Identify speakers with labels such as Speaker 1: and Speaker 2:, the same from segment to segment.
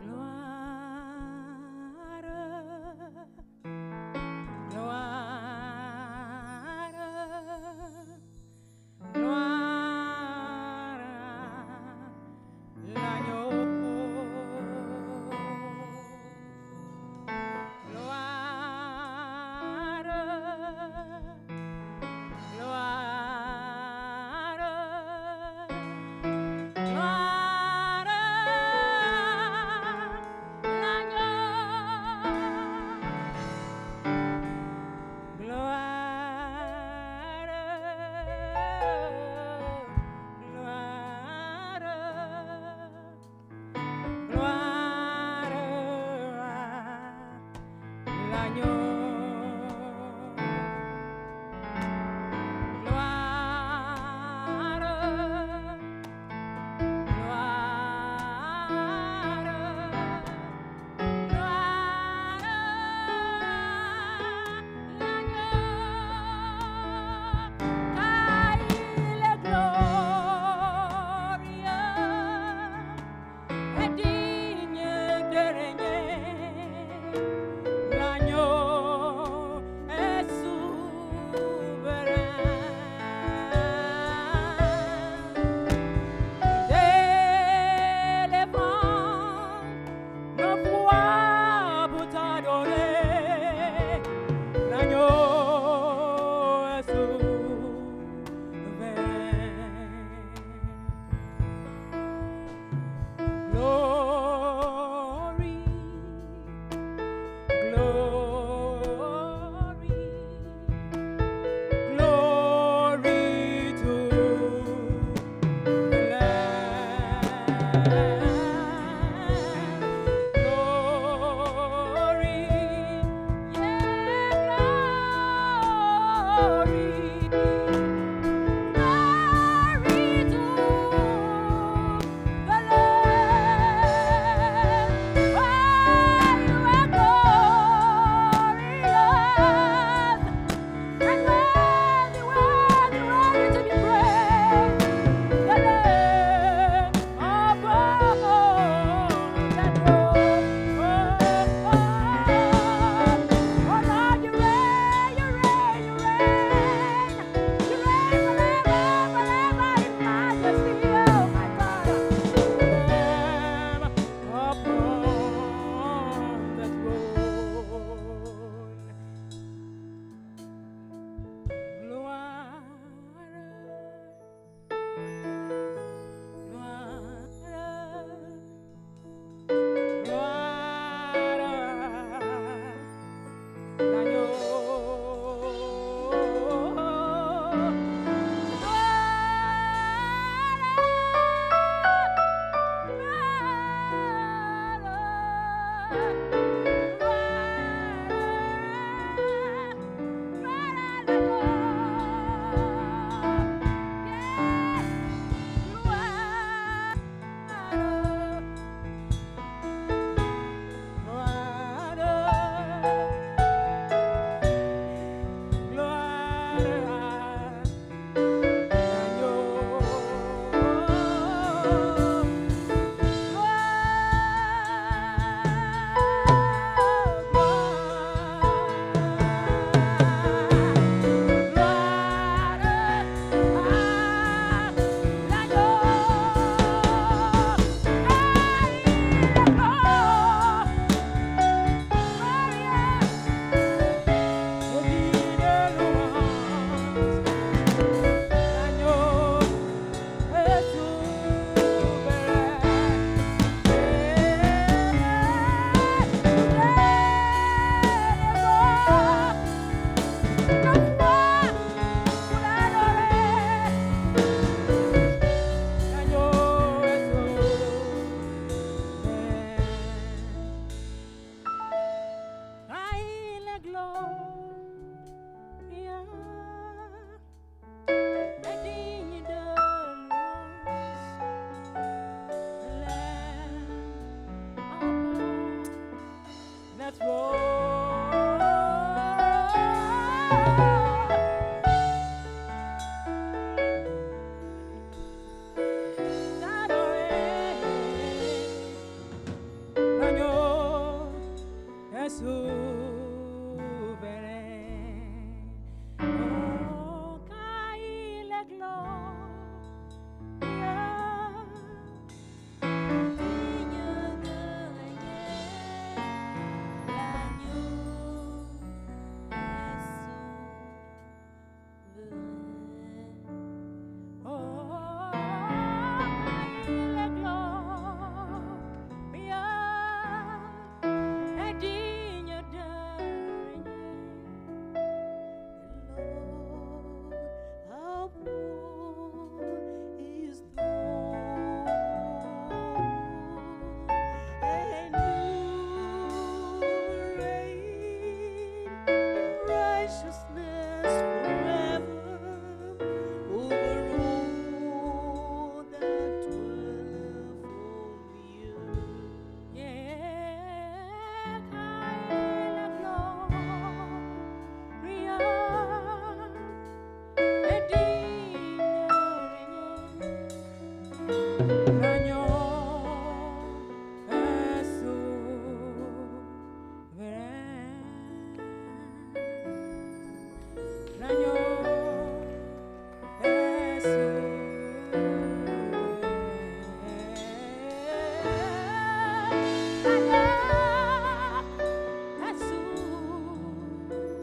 Speaker 1: Gloire, gloire,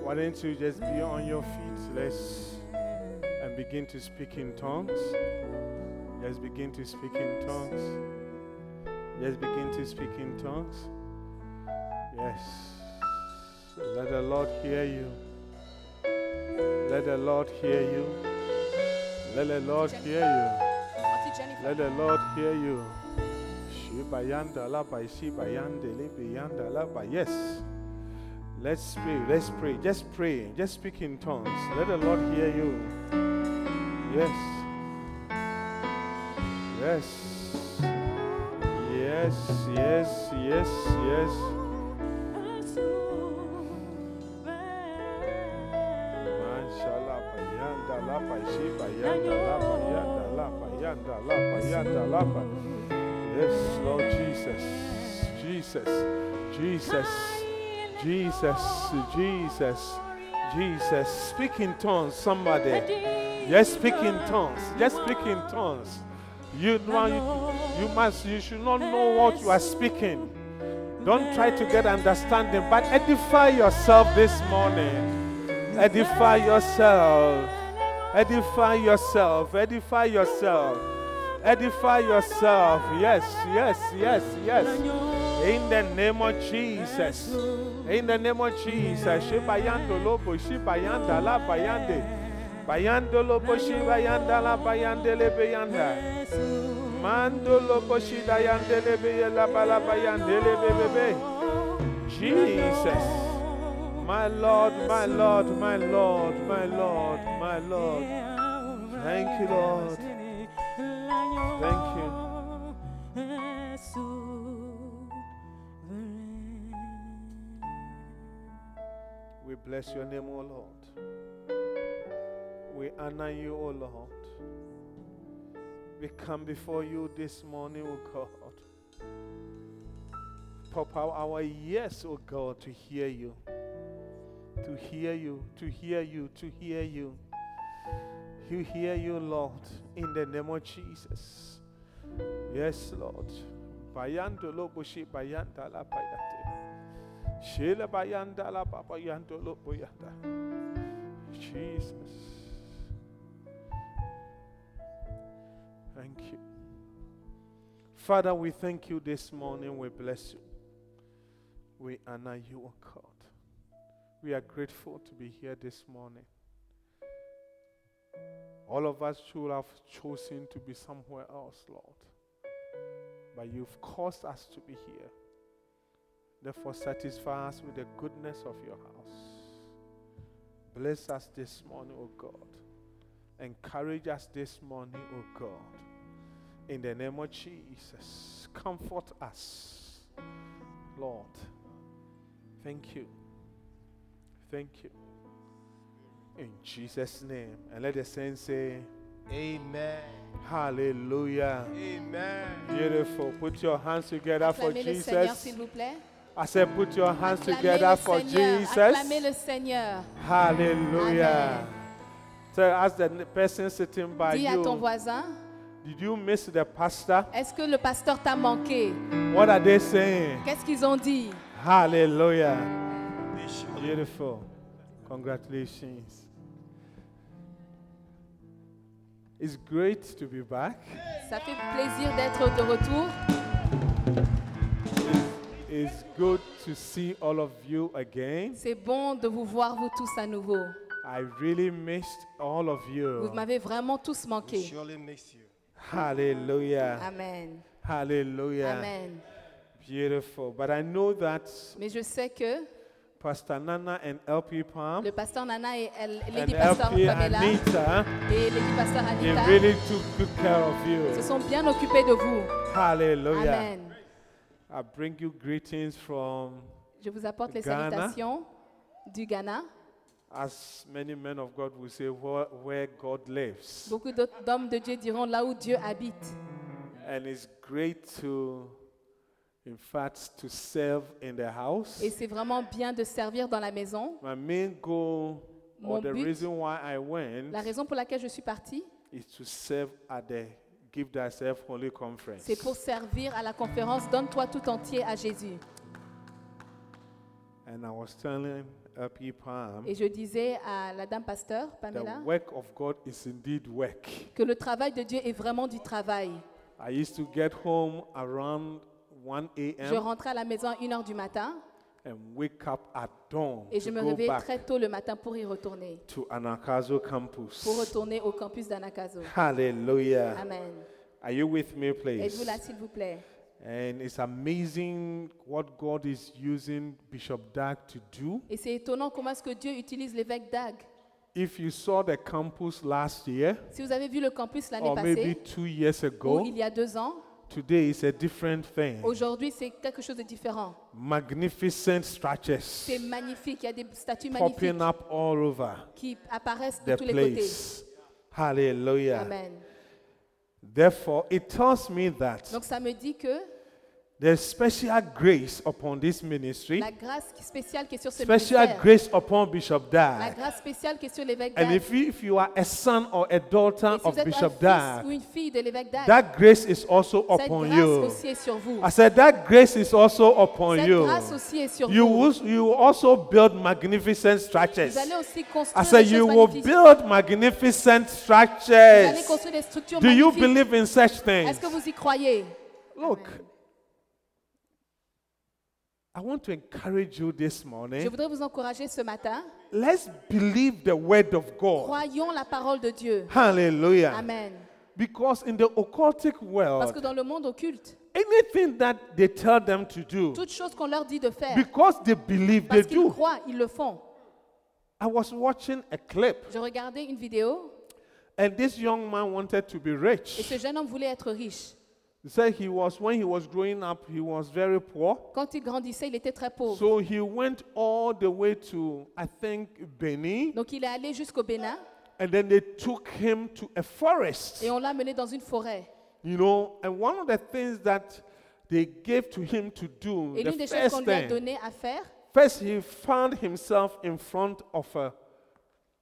Speaker 2: Why don't you just be on your feet? Let's and begin to speak in tongues. Just begin to speak in tongues. Just begin to speak in tongues. Yes. Let the Lord hear you. Let the Lord hear you. Let the Lord hear you.
Speaker 3: Auntie Jennifer.
Speaker 2: Let the Lord hear you. Shibayanda laba, shibayande libyanda laba. Yes. Let's pray. Let's pray. Just pray. Just speak in tongues. Let the Lord hear you. Yes. Yes. Yes. Yes. Yes. Yes. Manshalaba, yanda laba, shibayanda laba, yanda laba, yanda laba, yanda laba. Yes, Lord Jesus, Jesus, Jesus, Jesus, Jesus, Jesus. Speak in tongues, somebody. Yes, speak in tongues. Just speak in tongues. You know, you, you must, you should not know what you are speaking. Don't try to get understanding, but edify yourself this morning. Edify yourself. Edify yourself. Edify yourself. Edify yourself. Yes, yes, yes, yes. In the name of Jesus. In the name of Jesus. Shibayando lobo, shibayanda la bayande. Bayando lobo, shibayanda la bayande le bayanda. Mando lobo, shidayande le bayela bala bayande le bebebe. Jesus. My Lord, my Lord, my Lord, my Lord, my Lord. Thank you, Lord. Thank you. We bless your name, O Lord. We honor you, O Lord. We come before you this morning, O God. Pop out our ears, O God, to hear you. To hear you, to hear you, to hear you. You hear you, Lord, in the name of Jesus. Yes, Lord. Bayando lobo shi bayanda la bayate. Shela bayanda la ba bayando lobo yanda. Jesus. Thank you. Father, we thank you this morning. We bless you. We honor you, O God. We are grateful to be here this morning. All of us should have chosen to be somewhere else, Lord. But you've caused us to be here. Therefore, satisfy us with the goodness of your house. Bless us this morning, O God. Encourage us this morning, O God. In the name of Jesus, comfort us, Lord. Thank you. Thank you. In Jesus' name. And let the saints say,
Speaker 4: Amen.
Speaker 2: Hallelujah.
Speaker 4: Amen.
Speaker 2: Beautiful. Put your hands together for
Speaker 3: Acclamez le Seigneur,
Speaker 2: Jesus.
Speaker 3: s'il vous plaît.
Speaker 2: I said, put your hands
Speaker 3: Acclamez
Speaker 2: together
Speaker 3: le
Speaker 2: for
Speaker 3: Seigneur. Acclamez
Speaker 2: Jesus.
Speaker 3: le Seigneur.
Speaker 2: Hallelujah.
Speaker 3: Amen.
Speaker 2: So, as the n- person sitting by
Speaker 3: Dis à ton
Speaker 2: you,
Speaker 3: voisin,
Speaker 2: did you miss the pastor?
Speaker 3: est-ce que le pasteur t'a manqué
Speaker 2: What are they saying?
Speaker 3: Qu'est-ce qu'ils ont dit
Speaker 2: Hallelujah. Beautiful. Congratulations. It's great to be back.
Speaker 3: Ça fait plaisir d'être de retour.
Speaker 2: It's good to see all of you again.
Speaker 3: C'est bon de vous voir, vous tous, à nouveau.
Speaker 2: I really missed all of
Speaker 3: Vous
Speaker 2: you.
Speaker 3: m'avez vraiment tous manqué.
Speaker 4: Surely makes you.
Speaker 2: Hallelujah.
Speaker 3: Amen.
Speaker 2: Hallelujah.
Speaker 3: Amen.
Speaker 2: Beautiful. But I know that
Speaker 3: Mais je sais que
Speaker 2: Pastor Nana and LP Palm
Speaker 3: le pasteur Nana et elle-
Speaker 2: and
Speaker 3: Lady Pasteur
Speaker 2: LP
Speaker 3: Pamela
Speaker 2: Anita,
Speaker 3: et Lady Pasteur
Speaker 2: they
Speaker 3: Anita
Speaker 2: really took good care of
Speaker 3: se
Speaker 2: you.
Speaker 3: sont bien occupés de vous.
Speaker 2: Hallelujah.
Speaker 3: Amen.
Speaker 2: I bring you greetings from,
Speaker 3: Je vous apporte les
Speaker 2: Ghana.
Speaker 3: salutations du Ghana.
Speaker 2: as many men of God will say, where, where God lives.
Speaker 3: Beaucoup d'autres- d'hommes de Dieu diront là où Dieu habite.
Speaker 2: And it's great to, in fact, to serve in the house.
Speaker 3: Et c'est vraiment bien de servir dans la maison.
Speaker 2: My main goal, or
Speaker 3: Mon
Speaker 2: the
Speaker 3: but-
Speaker 2: reason why I went,
Speaker 3: La raison pour laquelle je suis partie,
Speaker 2: is to serve at the Give Thyself Holy Conference.
Speaker 3: c'est pour servir à la conférence Donne-toi tout entier à Jésus.
Speaker 2: And I was telling uh, P. Palm,
Speaker 3: Et je disais à la dame pasteur,
Speaker 2: the
Speaker 3: Pamela,
Speaker 2: work of God is indeed work.
Speaker 3: que le travail de Dieu est vraiment du travail.
Speaker 2: I used to get home around 1
Speaker 3: Je
Speaker 2: a.m.
Speaker 3: rentrais à la maison à 1h du matin
Speaker 2: and wake up at dawn
Speaker 3: et je
Speaker 2: to
Speaker 3: me
Speaker 2: go
Speaker 3: réveillais
Speaker 2: back
Speaker 3: très tôt le matin pour y retourner,
Speaker 2: to Anakazo campus.
Speaker 3: pour retourner au campus d'Anakazo.
Speaker 2: Hallelujah.
Speaker 3: Amen.
Speaker 2: Are you with me, please?
Speaker 3: Êtes-vous là, s'il vous plaît
Speaker 2: And it's amazing what God is using Bishop Dark to do.
Speaker 3: Et c'est étonnant comment est-ce que Dieu utilise l'évêque d'Ag.
Speaker 2: If you saw the campus last year,
Speaker 3: Si vous avez vu le campus l'année
Speaker 2: or maybe
Speaker 3: passée,
Speaker 2: two years
Speaker 3: ou
Speaker 2: ago,
Speaker 3: il y a deux ans,
Speaker 2: today is a different thing.
Speaker 3: aujourd'hui c'est quelque chose de différent.
Speaker 2: Magnificent
Speaker 3: C'est
Speaker 2: structures
Speaker 3: magnifique, il y a des statues magnifiques
Speaker 2: popping up all over
Speaker 3: qui apparaissent de
Speaker 2: the
Speaker 3: tous les côtés.
Speaker 2: place. Hallelujah.
Speaker 3: Amen.
Speaker 2: Therefore, it tells me that
Speaker 3: Donc ça me dit que
Speaker 2: there's special grace upon this ministry,
Speaker 3: la grâce spéciale qui est sur ce
Speaker 2: special
Speaker 3: ministère,
Speaker 2: grace upon Bishop
Speaker 3: la
Speaker 2: Dark.
Speaker 3: grâce spéciale qui est sur l'évêque
Speaker 2: And
Speaker 3: d'Ag,
Speaker 2: if you, if you are a son or a daughter
Speaker 3: Et si
Speaker 2: of
Speaker 3: vous êtes un
Speaker 2: Bishop
Speaker 3: fils
Speaker 2: Dark,
Speaker 3: ou une fille de l'évêque d'Ag,
Speaker 2: that grace is also
Speaker 3: cette
Speaker 2: upon
Speaker 3: grâce
Speaker 2: you.
Speaker 3: aussi est sur vous.
Speaker 2: I said that grace is also upon
Speaker 3: Cette
Speaker 2: you.
Speaker 3: grâce aussi est sur
Speaker 2: You
Speaker 3: vous.
Speaker 2: will, you will also build magnificent structures.
Speaker 3: Vous allez aussi
Speaker 2: I
Speaker 3: construire
Speaker 2: said
Speaker 3: des
Speaker 2: you
Speaker 3: choses
Speaker 2: will
Speaker 3: magnifiques.
Speaker 2: build magnificent
Speaker 3: Vous allez
Speaker 2: structures.
Speaker 3: construire des structures
Speaker 2: Do you
Speaker 3: magnifiques.
Speaker 2: believe in such
Speaker 3: Est-ce
Speaker 2: things?
Speaker 3: que vous y croyez
Speaker 2: Look, I want to encourage you this
Speaker 3: Je
Speaker 2: morning.
Speaker 3: voudrais vous encourager ce matin.
Speaker 2: Let's believe the word of God.
Speaker 3: Croyons la parole de Dieu.
Speaker 2: Hallelujah.
Speaker 3: Amen.
Speaker 2: Because in the occultic
Speaker 3: Parce que
Speaker 2: world,
Speaker 3: dans le monde occulte,
Speaker 2: anything that they tell them to do,
Speaker 3: toutes choses qu'on leur dit de faire,
Speaker 2: because they believe they
Speaker 3: parce qu'ils
Speaker 2: do.
Speaker 3: croient, ils le font.
Speaker 2: I was watching a clip,
Speaker 3: Je regardais une vidéo
Speaker 2: and this young man wanted to be
Speaker 3: et
Speaker 2: rich.
Speaker 3: ce jeune homme voulait être riche.
Speaker 2: He said he was, when he was growing up, he was very poor.
Speaker 3: Quand il grandissait, il était très pauvre.
Speaker 2: So he went all the way to, I think, Benin,
Speaker 3: Donc il est allé jusqu'au Bénin
Speaker 2: and then they took him to a forest.
Speaker 3: et on l'a mené dans une forêt.
Speaker 2: You know, and one of the things that they gave to him to do,
Speaker 3: Et l'une
Speaker 2: the
Speaker 3: des choses
Speaker 2: first
Speaker 3: qu'on lui a
Speaker 2: thing,
Speaker 3: donné à faire,
Speaker 2: first he found himself in front of a,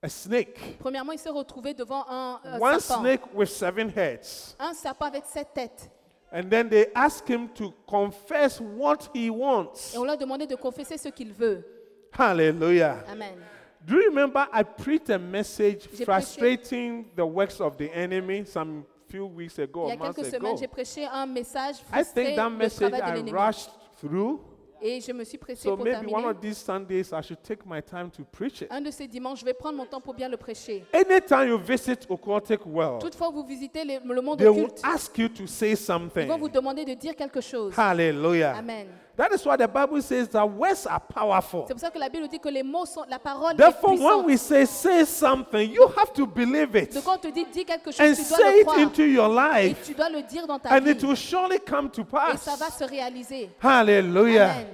Speaker 2: a snake.
Speaker 3: premièrement, il s'est retrouvé devant un euh,
Speaker 2: One
Speaker 3: serpent.
Speaker 2: snake with seven heads.
Speaker 3: Un serpent avec sept têtes.
Speaker 2: And then they asked him to confess what he wants.
Speaker 3: Et on lui a demandé de confesser ce qu'il veut.
Speaker 2: Hallelujah.
Speaker 3: Amen.
Speaker 2: Do you remember I preached a message
Speaker 3: prêché-
Speaker 2: frustrating the works of the enemy some few weeks ago,
Speaker 3: Il
Speaker 2: or
Speaker 3: y a
Speaker 2: months
Speaker 3: quelques semaines,
Speaker 2: ago?
Speaker 3: j'ai prêché un message
Speaker 2: Oh, I
Speaker 3: frustré
Speaker 2: think that
Speaker 3: le
Speaker 2: message I
Speaker 3: travail de l'ennemi.
Speaker 2: rushed through.
Speaker 3: Et je me suis pressée
Speaker 2: So
Speaker 3: pour
Speaker 2: maybe one
Speaker 3: terminer.
Speaker 2: of these Sundays I should take my time to preach it.
Speaker 3: Un de ces dimanches, je vais prendre mon temps pour bien le prêcher.
Speaker 2: Anytime you visit occultic world,
Speaker 3: Toutefois, vous visitez les- le monde
Speaker 2: they will
Speaker 3: occulte.
Speaker 2: ask you to say
Speaker 3: Ils vont vous
Speaker 2: something.
Speaker 3: demander de dire quelque chose.
Speaker 2: Hallelujah.
Speaker 3: Amen.
Speaker 2: That is why the Bible says that words are powerful.
Speaker 3: C'est pour ça que la Bible dit que les mots sont, la parole est
Speaker 2: Therefore, when
Speaker 3: puissante.
Speaker 2: we say say something, you have to believe it
Speaker 3: Donc quand on te dit dis quelque
Speaker 2: and
Speaker 3: chose, tu dois
Speaker 2: say
Speaker 3: le
Speaker 2: it
Speaker 3: croire.
Speaker 2: into your
Speaker 3: Et
Speaker 2: life,
Speaker 3: tu dois le dire dans ta
Speaker 2: and
Speaker 3: vie.
Speaker 2: it will surely come to
Speaker 3: Et ça va
Speaker 2: pass.
Speaker 3: se réaliser.
Speaker 2: Hallelujah.
Speaker 3: Amen.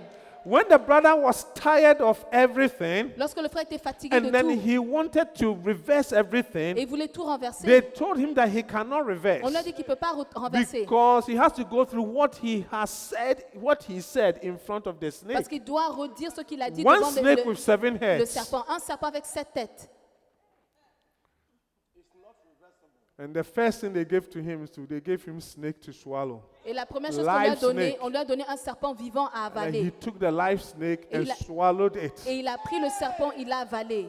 Speaker 2: When the brother was tired of everything
Speaker 3: Lorsque le frère était fatigué de
Speaker 2: and then
Speaker 3: tout
Speaker 2: he wanted to reverse
Speaker 3: et
Speaker 2: everything,
Speaker 3: voulait tout
Speaker 2: they
Speaker 3: renverser,
Speaker 2: told him that he cannot reverse.
Speaker 3: on lui a dit qu'il ne peut pas re- renverser.
Speaker 2: Because he has to go through what he has said, what he said in front of the
Speaker 3: Parce
Speaker 2: snake.
Speaker 3: qu'il doit redire ce qu'il a dit
Speaker 2: One
Speaker 3: devant le-
Speaker 2: snake
Speaker 3: le,
Speaker 2: with seven
Speaker 3: le
Speaker 2: heads.
Speaker 3: serpent. Un serpent avec sept têtes.
Speaker 2: And the first thing they gave to him is to they gave him snake to swallow.
Speaker 3: Et la première chose qu'on lui a
Speaker 2: Live
Speaker 3: donnée,
Speaker 2: snake.
Speaker 3: on lui a donné un serpent vivant à
Speaker 2: And he
Speaker 3: avaler.
Speaker 2: took the live snake
Speaker 3: Et
Speaker 2: and
Speaker 3: il a-
Speaker 2: swallowed it.
Speaker 3: Et il a pris le serpent, il l'a avalé.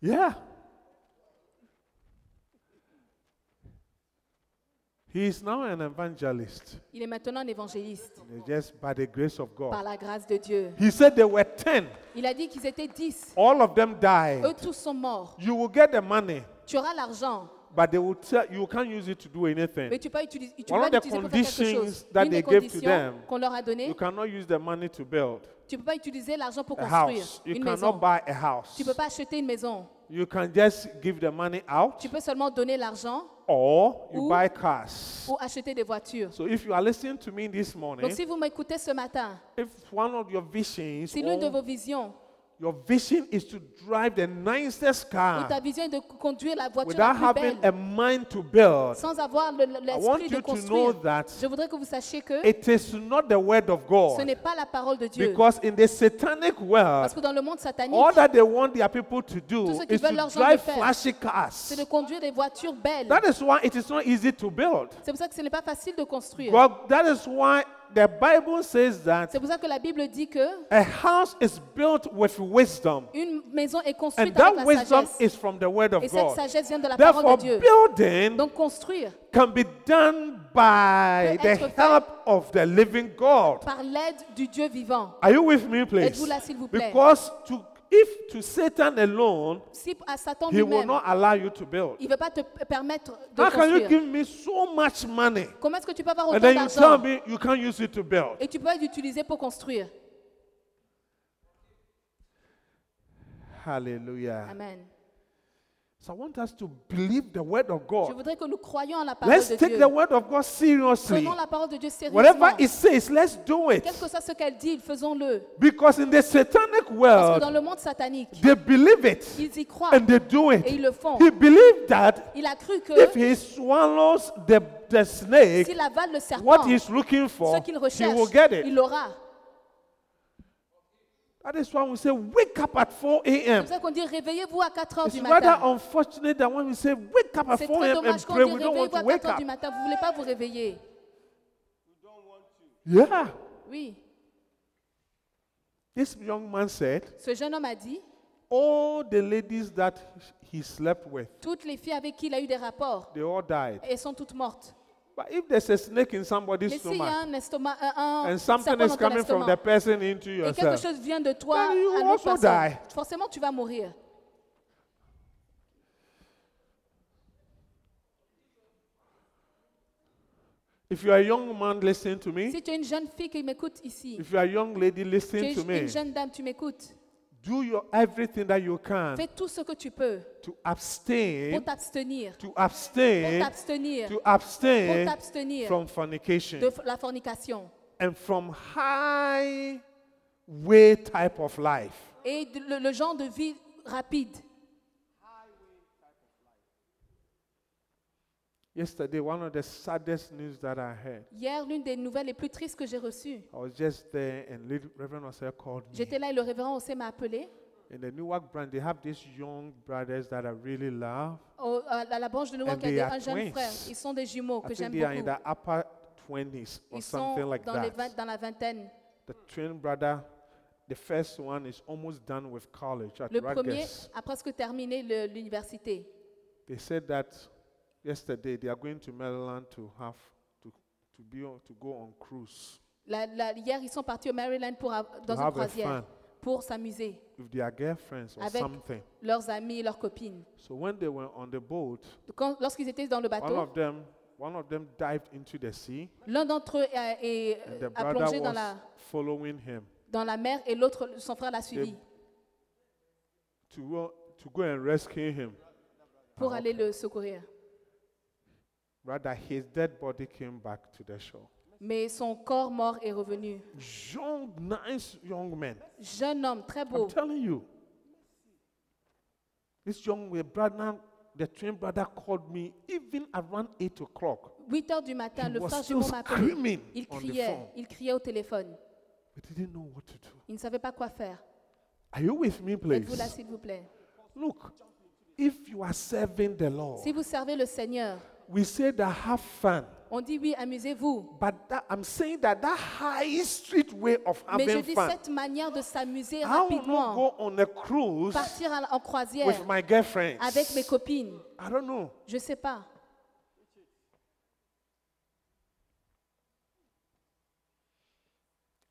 Speaker 2: Yeah. He is now an evangelist.
Speaker 3: Il est maintenant un évangéliste,
Speaker 2: It's Just by the grace of
Speaker 3: par
Speaker 2: God.
Speaker 3: la grâce de Dieu.
Speaker 2: He said there were 10.
Speaker 3: Il a dit qu'ils étaient dix.
Speaker 2: All of them
Speaker 3: Eux
Speaker 2: died.
Speaker 3: tous sont morts.
Speaker 2: You will get the money,
Speaker 3: Tu auras l'argent,
Speaker 2: but they will tell you can't use it to do
Speaker 3: mais
Speaker 2: anything.
Speaker 3: tu peux pas utiliser, tu peux
Speaker 2: One
Speaker 3: pas
Speaker 2: of the
Speaker 3: l'utiliser pour faire quelque chose.
Speaker 2: conditions that
Speaker 3: Une des
Speaker 2: they gave to
Speaker 3: conditions
Speaker 2: them,
Speaker 3: qu'on leur a
Speaker 2: You
Speaker 3: données,
Speaker 2: cannot use the money to build
Speaker 3: tu peux pas utiliser l'argent pour
Speaker 2: a
Speaker 3: construire
Speaker 2: house. You
Speaker 3: une
Speaker 2: cannot
Speaker 3: maison.
Speaker 2: buy a
Speaker 3: Tu
Speaker 2: house.
Speaker 3: peux pas acheter une maison.
Speaker 2: You can just give the money out
Speaker 3: Tu peux seulement donner l'argent
Speaker 2: or you
Speaker 3: Ou-
Speaker 2: buy cars.
Speaker 3: ou acheter des voitures.
Speaker 2: So if you are listening to me this
Speaker 3: Donc
Speaker 2: morning,
Speaker 3: si vous m'écoutez ce matin,
Speaker 2: if one of your visions
Speaker 3: si l'une de
Speaker 2: or
Speaker 3: vos visions
Speaker 2: Your vision is to drive the nicest
Speaker 3: Et ta
Speaker 2: car
Speaker 3: vision est de conduire la voiture
Speaker 2: without
Speaker 3: la plus
Speaker 2: having a
Speaker 3: belle
Speaker 2: mind to build.
Speaker 3: sans avoir le- le-
Speaker 2: want
Speaker 3: l'esprit
Speaker 2: you
Speaker 3: de
Speaker 2: to know
Speaker 3: construire.
Speaker 2: that
Speaker 3: Je voudrais que vous sachiez que
Speaker 2: It is not the word of
Speaker 3: ce
Speaker 2: God.
Speaker 3: n'est pas la parole de Dieu.
Speaker 2: Because in the satanic world,
Speaker 3: Parce que dans le monde satanique,
Speaker 2: all Oh, that they want their people to
Speaker 3: Tout
Speaker 2: do
Speaker 3: ce
Speaker 2: is
Speaker 3: qu'ils veulent
Speaker 2: to
Speaker 3: leurs gens de
Speaker 2: drive
Speaker 3: faire,
Speaker 2: flashy cars.
Speaker 3: c'est de conduire des voitures belles.
Speaker 2: That is why it is not easy to build.
Speaker 3: C'est pour ça que ce n'est pas facile de construire.
Speaker 2: God, that is why the Bible says that
Speaker 3: C'est pour ça que la Bible dit que
Speaker 2: a house is built with wisdom.
Speaker 3: une maison est
Speaker 2: And
Speaker 3: construite
Speaker 2: that
Speaker 3: avec la
Speaker 2: wisdom
Speaker 3: sagesse.
Speaker 2: is from the word
Speaker 3: Et
Speaker 2: of
Speaker 3: cette
Speaker 2: God.
Speaker 3: sagesse vient de la
Speaker 2: Therefore,
Speaker 3: parole de Dieu.
Speaker 2: building
Speaker 3: Donc construire
Speaker 2: can be done by
Speaker 3: Peut
Speaker 2: the
Speaker 3: être fait
Speaker 2: help of the living God.
Speaker 3: par l'aide du Dieu vivant.
Speaker 2: Are you with me, please?
Speaker 3: Êtes-vous là, s'il vous plaît?
Speaker 2: Because to, if to Satan alone,
Speaker 3: Si à Satan
Speaker 2: he will
Speaker 3: lui-même,
Speaker 2: not allow you to build.
Speaker 3: il ne veut pas te p- permettre de
Speaker 2: How can you
Speaker 3: construire.
Speaker 2: give me so much money
Speaker 3: Comment est-ce que tu peux avoir autant
Speaker 2: and then you tell
Speaker 3: d'argent
Speaker 2: me you can't use it to build?
Speaker 3: et tu peux l'utiliser pour construire
Speaker 2: Hallelujah.
Speaker 3: Amen.
Speaker 2: So I want us to believe the word of
Speaker 3: Je
Speaker 2: God.
Speaker 3: voudrais que nous croyions en la parole
Speaker 2: Let's
Speaker 3: de
Speaker 2: take
Speaker 3: Dieu.
Speaker 2: the word of God seriously.
Speaker 3: Prenons la parole de Dieu
Speaker 2: Whatever
Speaker 3: sérieusement.
Speaker 2: it says, let's do it.
Speaker 3: Quel que soit ce qu'elle dit, faisons-le.
Speaker 2: Because in the satanic
Speaker 3: Parce que dans
Speaker 2: world,
Speaker 3: le monde satanique,
Speaker 2: they believe it
Speaker 3: ils y croient.
Speaker 2: and they do
Speaker 3: Et ils
Speaker 2: it.
Speaker 3: le font.
Speaker 2: He believed that
Speaker 3: Il a cru que
Speaker 2: if he swallows the, the snake,
Speaker 3: s'il avale le serpent,
Speaker 2: what he's looking
Speaker 3: ce
Speaker 2: for,
Speaker 3: qu'il
Speaker 2: he
Speaker 3: recherche,
Speaker 2: will get
Speaker 3: il
Speaker 2: it.
Speaker 3: l'aura.
Speaker 2: That is why we say, wake up at 4
Speaker 3: C'est
Speaker 2: a.m.
Speaker 3: pour ça qu'on dit réveillez-vous à 4 heures
Speaker 2: It's
Speaker 3: du
Speaker 2: rather
Speaker 3: matin.
Speaker 2: unfortunate that when we say, wake up at
Speaker 3: C'est
Speaker 2: 4
Speaker 3: très
Speaker 2: a.m. and
Speaker 3: dommage qu'on
Speaker 2: pray,
Speaker 3: dit
Speaker 2: we don't want
Speaker 3: réveillez-vous
Speaker 2: to
Speaker 3: à
Speaker 2: wake
Speaker 3: 4 heures
Speaker 2: up.
Speaker 3: du matin. Vous ne voulez pas vous réveiller.
Speaker 2: Yeah.
Speaker 3: Oui.
Speaker 2: This young man said,
Speaker 3: Ce jeune homme a dit
Speaker 2: all the ladies that he slept with,
Speaker 3: toutes les filles avec qui il a eu des rapports,
Speaker 2: they all died.
Speaker 3: elles sont toutes mortes.
Speaker 2: But if there's a snake in somebody's
Speaker 3: Mais s'il y a
Speaker 2: stomach
Speaker 3: un estomac, un, un
Speaker 2: and
Speaker 3: serpent
Speaker 2: something
Speaker 3: dans
Speaker 2: is
Speaker 3: ton
Speaker 2: coming from the
Speaker 3: estomac,
Speaker 2: person into
Speaker 3: et quelque
Speaker 2: yourself,
Speaker 3: chose vient de toi à
Speaker 2: Then you will
Speaker 3: l'autre
Speaker 2: also
Speaker 3: personne,
Speaker 2: die.
Speaker 3: forcément tu vas mourir.
Speaker 2: if you're a young man, listen to me.
Speaker 3: Si tu es une jeune fille qui m'écoute ici,
Speaker 2: If you're a young lady,
Speaker 3: tu es
Speaker 2: listen to me.
Speaker 3: une jeune dame, tu m'écoutes,
Speaker 2: Do your everything that you can
Speaker 3: fais tout ce que tu peux
Speaker 2: to
Speaker 3: pour
Speaker 2: abstain,
Speaker 3: t'abstenir,
Speaker 2: to
Speaker 3: pour
Speaker 2: abstain,
Speaker 3: t'abstenir
Speaker 2: to abstain
Speaker 3: Pour t'abstenir
Speaker 2: from fornication
Speaker 3: de la fornication
Speaker 2: and from high way type of life.
Speaker 3: et de- le, le genre de vie rapide.
Speaker 2: Yesterday, one of the saddest news that I heard.
Speaker 3: Hier, l'une des nouvelles les plus tristes que j'ai reçues,
Speaker 2: I was just there, and Lady- Reverend Osei called me.
Speaker 3: j'étais là et le révérend Osé m'a appelé
Speaker 2: In the Newark branch, they have these young brothers that I really love.
Speaker 3: au- à la à la branche de Newark,
Speaker 2: And
Speaker 3: il y
Speaker 2: they
Speaker 3: a
Speaker 2: are
Speaker 3: des- un jeune
Speaker 2: twins.
Speaker 3: frère. Ils sont des jumeaux
Speaker 2: I
Speaker 3: que
Speaker 2: think
Speaker 3: j'aime
Speaker 2: they are in
Speaker 3: beaucoup.
Speaker 2: the upper 20s or
Speaker 3: Ils
Speaker 2: something
Speaker 3: sont
Speaker 2: like
Speaker 3: dans, les
Speaker 2: that.
Speaker 3: vingt- dans la vingtaine.
Speaker 2: The twin brother, the first one is almost done with college at
Speaker 3: Le premier
Speaker 2: Rutgers.
Speaker 3: a presque terminé le- l'université.
Speaker 2: They said that yesterday they are going to Maryland to have to, to be on, to go on cruise
Speaker 3: La- la- hier, ils sont partis au Maryland pour, av- dans
Speaker 2: To
Speaker 3: une
Speaker 2: have a
Speaker 3: croisière
Speaker 2: fun.
Speaker 3: pour s'amuser
Speaker 2: with their girlfriends or
Speaker 3: avec
Speaker 2: something.
Speaker 3: leurs amis et leurs copines.
Speaker 2: So when they were on the boat,
Speaker 3: Quand- Lorsqu'ils étaient dans le
Speaker 2: one
Speaker 3: bateau,
Speaker 2: of them one of them dived into the sea
Speaker 3: l'un d'entre eux a, est-
Speaker 2: and the
Speaker 3: Euh, a
Speaker 2: brother
Speaker 3: plongé dans
Speaker 2: was
Speaker 3: la,
Speaker 2: following him
Speaker 3: dans la mer et l'autre, son frère, l'a suivi
Speaker 2: to go, to go and rescue him. Ah,
Speaker 3: pour aller le secourir.
Speaker 2: Rather, his dead body came back to the shore.
Speaker 3: Mais son corps mort est revenu.
Speaker 2: Young, nice young men.
Speaker 3: Jeune homme, très
Speaker 2: I'm
Speaker 3: beau.
Speaker 2: telling you. This young way brother, the twin brother called me even around 8 o'clock.
Speaker 3: 8 heures du matin,
Speaker 2: He
Speaker 3: le
Speaker 2: was
Speaker 3: frère
Speaker 2: still
Speaker 3: jumeau m'a appelé.
Speaker 2: screaming
Speaker 3: Il
Speaker 2: on the
Speaker 3: criait,
Speaker 2: phone.
Speaker 3: il criait au téléphone.
Speaker 2: We didn't know what to do.
Speaker 3: Il ne savait pas quoi faire.
Speaker 2: Are you with me,
Speaker 3: Êtes-vous là,
Speaker 2: please?
Speaker 3: s'il vous plaît
Speaker 2: Look, if you are serving the Lord,
Speaker 3: Si vous servez le Seigneur,
Speaker 2: we say that have fun.
Speaker 3: on dit oui, amusez-vous.
Speaker 2: But that, I'm saying that that high street way of
Speaker 3: Mais je
Speaker 2: having
Speaker 3: dis
Speaker 2: fun.
Speaker 3: cette manière de s'amuser
Speaker 2: I will not
Speaker 3: rapidement,
Speaker 2: go on a cruise
Speaker 3: partir à la- en croisière
Speaker 2: with my girlfriends.
Speaker 3: avec mes copines,
Speaker 2: I don't know.
Speaker 3: je sais pas.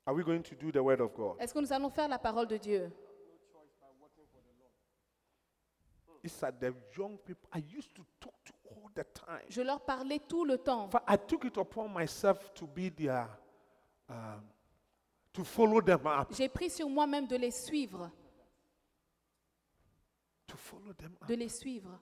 Speaker 2: Are we going to do the word of God?
Speaker 3: Est-ce que nous allons faire la parole de Dieu
Speaker 2: It's at the young people. I used to talk to all the time.
Speaker 3: Je leur parlais tout le temps.
Speaker 2: In fact, I took it upon myself to be their, um, to follow them up,
Speaker 3: J'ai pris sur moi-même de les suivre,
Speaker 2: to follow them up.
Speaker 3: de les suivre.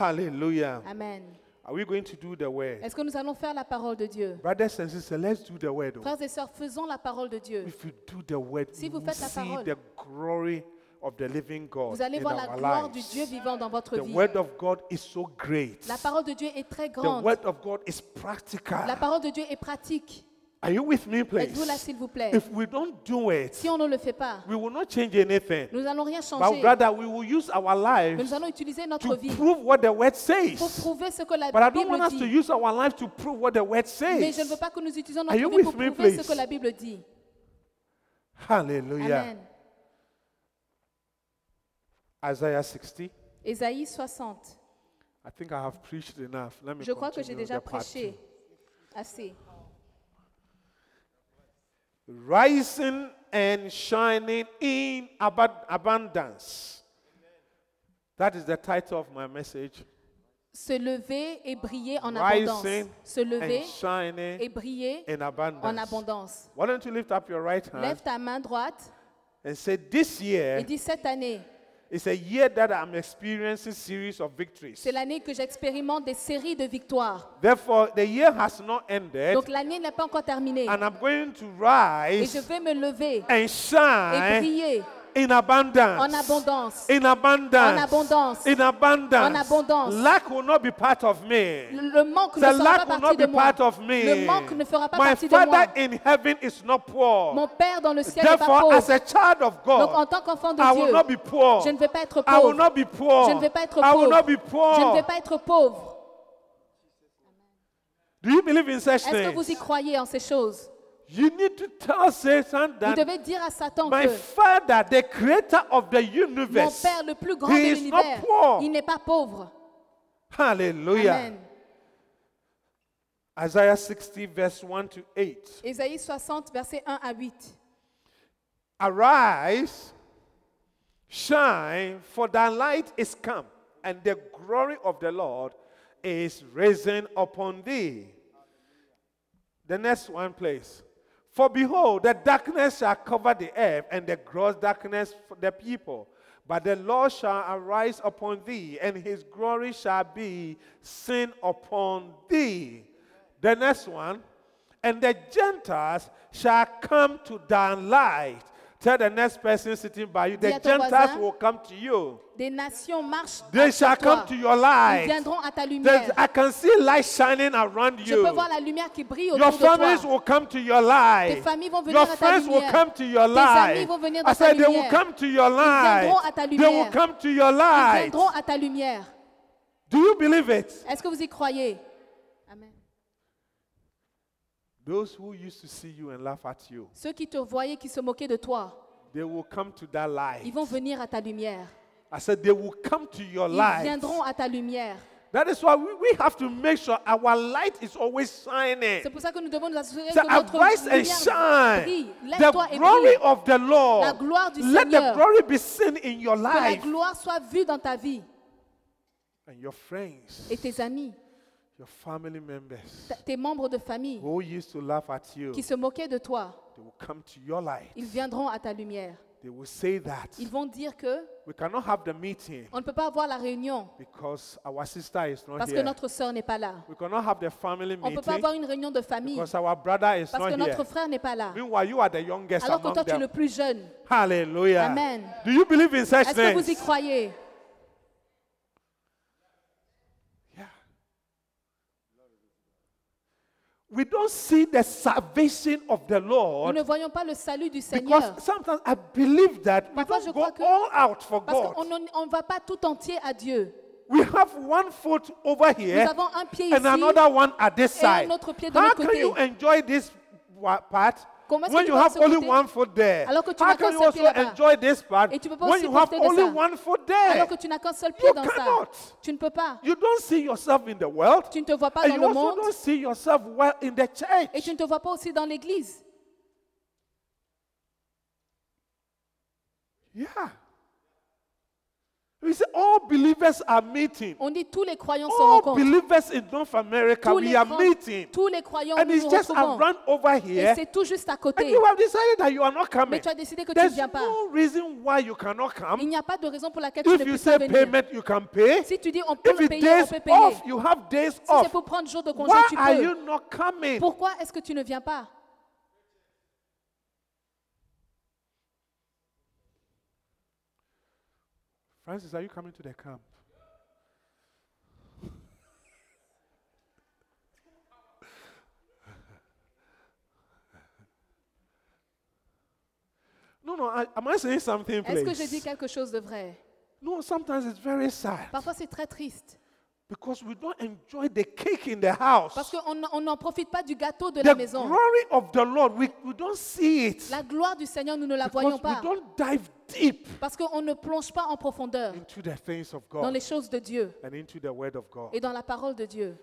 Speaker 2: Hallelujah.
Speaker 3: Amen.
Speaker 2: Are we going to do the word?
Speaker 3: Est-ce que nous allons faire la parole de Dieu
Speaker 2: Brothers and sisters, let's do the word. oh.
Speaker 3: Frères et sœurs, faisons la parole de Dieu.
Speaker 2: If you do the word,
Speaker 3: Si
Speaker 2: you
Speaker 3: vous
Speaker 2: will
Speaker 3: faites la
Speaker 2: see
Speaker 3: parole,
Speaker 2: the glory of the living God
Speaker 3: Vous allez
Speaker 2: in
Speaker 3: voir
Speaker 2: our
Speaker 3: la gloire du
Speaker 2: lives.
Speaker 3: Dieu vivant dans votre
Speaker 2: The
Speaker 3: vie.
Speaker 2: word of God is so great.
Speaker 3: La parole de Dieu est très
Speaker 2: The
Speaker 3: grande.
Speaker 2: word of God is practical.
Speaker 3: La parole de Dieu est pratique.
Speaker 2: Are you with me, please?
Speaker 3: Êtes-vous là, s'il vous plaît
Speaker 2: If we don't do it,
Speaker 3: Si on ne le fait pas,
Speaker 2: we will not change anything.
Speaker 3: nous n'allons rien
Speaker 2: But
Speaker 3: changer.
Speaker 2: rather, we will use our
Speaker 3: Mais
Speaker 2: lives
Speaker 3: nous allons utiliser notre
Speaker 2: to
Speaker 3: vie
Speaker 2: prove what the word
Speaker 3: pour
Speaker 2: says.
Speaker 3: prouver ce que la
Speaker 2: But I don't want
Speaker 3: Bible
Speaker 2: us to
Speaker 3: dit.
Speaker 2: use our lives to prove what the word
Speaker 3: Mais je ne veux
Speaker 2: says.
Speaker 3: pas que nous utilisions
Speaker 2: you
Speaker 3: notre vie pour
Speaker 2: with me,
Speaker 3: prouver
Speaker 2: please?
Speaker 3: ce que la Bible dit.
Speaker 2: Hallelujah.
Speaker 3: Amen.
Speaker 2: Isaiah 60.
Speaker 3: Ésaïe 60.
Speaker 2: I think I have preached enough. Let me
Speaker 3: Je crois que j'ai
Speaker 2: continue
Speaker 3: déjà
Speaker 2: the part
Speaker 3: prêché
Speaker 2: two.
Speaker 3: assez.
Speaker 2: Rising and shining in abad- abundance. That is the title of my message.
Speaker 3: Se lever et briller en abondance.
Speaker 2: Rising
Speaker 3: Se lever
Speaker 2: and shining
Speaker 3: et briller
Speaker 2: in
Speaker 3: en
Speaker 2: abundance.
Speaker 3: abondance.
Speaker 2: Why don't you lift up your right hand
Speaker 3: Lève ta main droite
Speaker 2: and say, This
Speaker 3: et
Speaker 2: year
Speaker 3: dis cette année,
Speaker 2: is a year that I'm experiencing series of victories.
Speaker 3: c'est l'année que j'expérimente des séries de victoires.
Speaker 2: Therefore, the year has not ended,
Speaker 3: Donc l'année n'est pas encore terminée.
Speaker 2: and I'm going to
Speaker 3: Et je
Speaker 2: rise
Speaker 3: vais me lever
Speaker 2: and
Speaker 3: et
Speaker 2: shine
Speaker 3: briller
Speaker 2: in
Speaker 3: en
Speaker 2: abundance.
Speaker 3: abondance.
Speaker 2: In abundance.
Speaker 3: En abondance.
Speaker 2: In abundance.
Speaker 3: En abondance.
Speaker 2: Lack will not be part of me.
Speaker 3: Le le manque ne
Speaker 2: The
Speaker 3: fera
Speaker 2: lack
Speaker 3: pas
Speaker 2: will not
Speaker 3: partie
Speaker 2: be
Speaker 3: de moi.
Speaker 2: part of me.
Speaker 3: Le manque ne fera pas
Speaker 2: My
Speaker 3: partie de moi.
Speaker 2: Father in heaven is not poor.
Speaker 3: Mon Père dans le ciel n'est pas
Speaker 2: Therefore,
Speaker 3: pauvre.
Speaker 2: as a child of
Speaker 3: Donc en
Speaker 2: God,
Speaker 3: tant qu'enfant de
Speaker 2: I will not be
Speaker 3: Dieu,
Speaker 2: poor.
Speaker 3: je ne vais pas être
Speaker 2: I will
Speaker 3: pauvre.
Speaker 2: not be poor.
Speaker 3: Je ne vais pas être
Speaker 2: I will not be
Speaker 3: pauvre. Je ne vais
Speaker 2: poor.
Speaker 3: pas être pauvre.
Speaker 2: Do you believe in such
Speaker 3: Est-ce que vous
Speaker 2: things?
Speaker 3: y croyez en ces choses
Speaker 2: You need to tell Satan
Speaker 3: Vous
Speaker 2: that
Speaker 3: devez dire à Satan
Speaker 2: my
Speaker 3: que
Speaker 2: Father, the creator of the
Speaker 3: mon
Speaker 2: universe,
Speaker 3: Père, le plus grand de
Speaker 2: He is
Speaker 3: l'univers,
Speaker 2: not poor.
Speaker 3: il n'est pas pauvre.
Speaker 2: Hallelujah.
Speaker 3: Amen.
Speaker 2: Isaiah 60, verse 1 to 8.
Speaker 3: Ésaïe 60, versets 1 à 8.
Speaker 2: Arise, shine, for thy light is come, and the glory of the Lord is risen upon thee. The next one, please. For behold, the darkness shall cover the earth, and the gross darkness for the people. But the Lord shall arise upon thee, and his glory shall be seen upon thee. The next one. And the Gentiles shall come to thy light. Tell the next person sitting by you,
Speaker 3: Dis
Speaker 2: the
Speaker 3: à ton
Speaker 2: Gentiles
Speaker 3: voisin,
Speaker 2: will come to you.
Speaker 3: Des nations marchent
Speaker 2: They
Speaker 3: sur
Speaker 2: shall
Speaker 3: toi.
Speaker 2: come to your
Speaker 3: Ils
Speaker 2: light.
Speaker 3: viendront à ta
Speaker 2: There's-
Speaker 3: lumière.
Speaker 2: I can see light shining around
Speaker 3: Je peux
Speaker 2: you.
Speaker 3: voir la lumière qui brille
Speaker 2: Your
Speaker 3: autour de
Speaker 2: families
Speaker 3: toi.
Speaker 2: will come to your life.
Speaker 3: Tes familles vont venir
Speaker 2: Your
Speaker 3: à ta
Speaker 2: friends will
Speaker 3: lumière.
Speaker 2: come to your
Speaker 3: Tes
Speaker 2: life.
Speaker 3: amis vont venir
Speaker 2: I
Speaker 3: dans ta
Speaker 2: said they will
Speaker 3: lumière.
Speaker 2: come to your life.
Speaker 3: viendront à ta
Speaker 2: They will
Speaker 3: lumière.
Speaker 2: come to your
Speaker 3: Ils
Speaker 2: life.
Speaker 3: viendront à ta lumière.
Speaker 2: Do you believe it?
Speaker 3: Est-ce que vous y croyez Amen.
Speaker 2: Those who used to see you and laugh at you,
Speaker 3: Ceux qui te voyaient, qui se moquaient de toi,
Speaker 2: they will come to that light.
Speaker 3: ils vont venir à ta lumière.
Speaker 2: I said they will come to your
Speaker 3: Ils
Speaker 2: light.
Speaker 3: viendront à ta lumière.
Speaker 2: That is why we, we have to make sure our light is always shining.
Speaker 3: C'est pour ça que nous devons nous assurer
Speaker 2: So
Speaker 3: que
Speaker 2: arise
Speaker 3: notre
Speaker 2: and
Speaker 3: lumière brille.
Speaker 2: shine. The
Speaker 3: Lève-toi et
Speaker 2: glory
Speaker 3: brille.
Speaker 2: of the
Speaker 3: La
Speaker 2: Lord.
Speaker 3: gloire du
Speaker 2: Let the
Speaker 3: Seigneur.
Speaker 2: glory be seen in your
Speaker 3: Que la
Speaker 2: life
Speaker 3: gloire soit vue dans ta vie
Speaker 2: and your friends,
Speaker 3: et tes amis,
Speaker 2: your family members.
Speaker 3: ta- tes membres de famille
Speaker 2: who used to laugh at you,
Speaker 3: qui se moquaient de toi.
Speaker 2: they will come to your light.
Speaker 3: Ils viendront à ta lumière.
Speaker 2: They will say that
Speaker 3: Ils vont dire que
Speaker 2: we cannot have the meeting
Speaker 3: on ne peut pas avoir la réunion
Speaker 2: because our sister is not
Speaker 3: parce que
Speaker 2: here.
Speaker 3: notre sœur n'est pas là.
Speaker 2: We cannot have the family
Speaker 3: On ne peut pas
Speaker 2: meeting
Speaker 3: avoir une réunion de famille
Speaker 2: because our brother is
Speaker 3: parce
Speaker 2: not here.
Speaker 3: que notre frère n'est pas là.
Speaker 2: Meanwhile, you are the youngest
Speaker 3: Alors que
Speaker 2: among
Speaker 3: toi, tu es
Speaker 2: them.
Speaker 3: le plus jeune.
Speaker 2: Hallelujah.
Speaker 3: Amen.
Speaker 2: Do you believe in such
Speaker 3: Est-ce que vous y
Speaker 2: things?
Speaker 3: croyez
Speaker 2: Yeah. We don't see the salvation of the
Speaker 3: Nous
Speaker 2: Lord
Speaker 3: ne voyons pas le salut du Seigneur
Speaker 2: because sometimes I believe that we
Speaker 3: Parfois, je
Speaker 2: don't go
Speaker 3: crois que-
Speaker 2: all out for
Speaker 3: parce qu'on
Speaker 2: God.
Speaker 3: ne on ne va pas tout entier à Dieu.
Speaker 2: We have one foot over
Speaker 3: Nous
Speaker 2: here
Speaker 3: avons un pied
Speaker 2: and
Speaker 3: ici.
Speaker 2: another one at this
Speaker 3: et
Speaker 2: side.
Speaker 3: un autre pied de
Speaker 2: How
Speaker 3: l'autre
Speaker 2: can
Speaker 3: côté.
Speaker 2: you enjoy this wa- part
Speaker 3: Comment est-ce
Speaker 2: when
Speaker 3: que
Speaker 2: you
Speaker 3: tu vas
Speaker 2: have
Speaker 3: de ce
Speaker 2: only
Speaker 3: côté
Speaker 2: one foot there?
Speaker 3: alors que tu
Speaker 2: How
Speaker 3: n'as
Speaker 2: can
Speaker 3: qu'un
Speaker 2: you
Speaker 3: seul
Speaker 2: also
Speaker 3: pied là-bas?
Speaker 2: enjoy this part
Speaker 3: Et tu peux pas
Speaker 2: when
Speaker 3: aussi
Speaker 2: you have
Speaker 3: profiter de
Speaker 2: only
Speaker 3: ça.
Speaker 2: one foot there?
Speaker 3: Alors que tu n'as qu'un seul
Speaker 2: You
Speaker 3: pied dans
Speaker 2: cannot.
Speaker 3: ça. Tu ne peux pas.
Speaker 2: You don't see yourself in the world,
Speaker 3: Tu ne te vois pas
Speaker 2: and
Speaker 3: dans
Speaker 2: you
Speaker 3: le
Speaker 2: also
Speaker 3: monde
Speaker 2: don't see yourself well in the church.
Speaker 3: et tu ne te vois pas aussi dans l'église.
Speaker 2: Yeah. We say all believers are meeting.
Speaker 3: On dit tous les croyants se
Speaker 2: All
Speaker 3: rencontrent.
Speaker 2: believers in North America,
Speaker 3: Tous
Speaker 2: Oh, we
Speaker 3: les,
Speaker 2: are
Speaker 3: cro-
Speaker 2: meeting.
Speaker 3: tous les croyants
Speaker 2: And
Speaker 3: nous
Speaker 2: it's
Speaker 3: nous
Speaker 2: just
Speaker 3: retrouvons.
Speaker 2: around over
Speaker 3: Et
Speaker 2: here.
Speaker 3: c'est tout juste à
Speaker 2: And
Speaker 3: côté.
Speaker 2: you have decided that you are not coming.
Speaker 3: Mais tu as décidé que tu ne
Speaker 2: There's
Speaker 3: viens pas.
Speaker 2: no reason why you cannot
Speaker 3: Il
Speaker 2: come.
Speaker 3: n'y a pas de raison pour laquelle tu ne
Speaker 2: If you
Speaker 3: peux
Speaker 2: say
Speaker 3: pas venir.
Speaker 2: payment, you can pay.
Speaker 3: Si tu dis on peut
Speaker 2: If
Speaker 3: le
Speaker 2: it
Speaker 3: payer, on
Speaker 2: days
Speaker 3: peut payer.
Speaker 2: off, you have days
Speaker 3: Si c'est
Speaker 2: off.
Speaker 3: pour prendre jour de congé,
Speaker 2: Why
Speaker 3: tu
Speaker 2: are
Speaker 3: peux.
Speaker 2: you not coming?
Speaker 3: Pourquoi est-ce que tu ne viens pas
Speaker 2: Francis, are you coming to the camp? no, no, I, am I saying something,
Speaker 3: Est-ce que j'ai
Speaker 2: please?
Speaker 3: dit quelque chose de vrai
Speaker 2: No, sometimes it's very sad
Speaker 3: Parfois c'est très triste.
Speaker 2: because we don't enjoy the cake in the house.
Speaker 3: Parce qu'on on n'en profite pas du gâteau de
Speaker 2: the
Speaker 3: la maison.
Speaker 2: glory of the Lord, we, we don't see it
Speaker 3: La gloire du Seigneur, nous ne la voyons
Speaker 2: because we
Speaker 3: pas.
Speaker 2: don't dive deep
Speaker 3: Parce qu'on ne plonge pas en profondeur
Speaker 2: into the things of
Speaker 3: dans
Speaker 2: God
Speaker 3: les choses de Dieu
Speaker 2: and into the Word of God.
Speaker 3: et dans la parole de Dieu.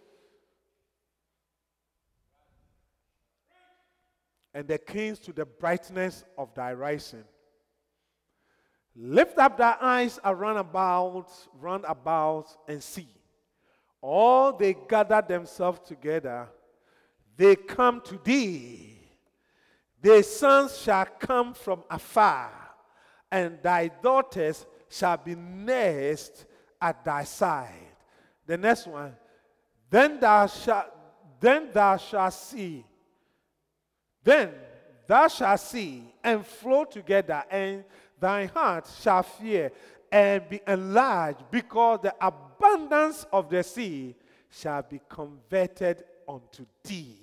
Speaker 2: and the kings to the brightness of thy rising. Lift up thy eyes around about, round about, and see. All they gather themselves together, they come to thee. Thy sons shall come from afar, and thy daughters shall be nursed at thy side. The next one, then thou shalt, then thou shalt see then thou shalt see and flow together, and thine heart shall fear and be enlarged, because the abundance of the sea shall be converted unto thee.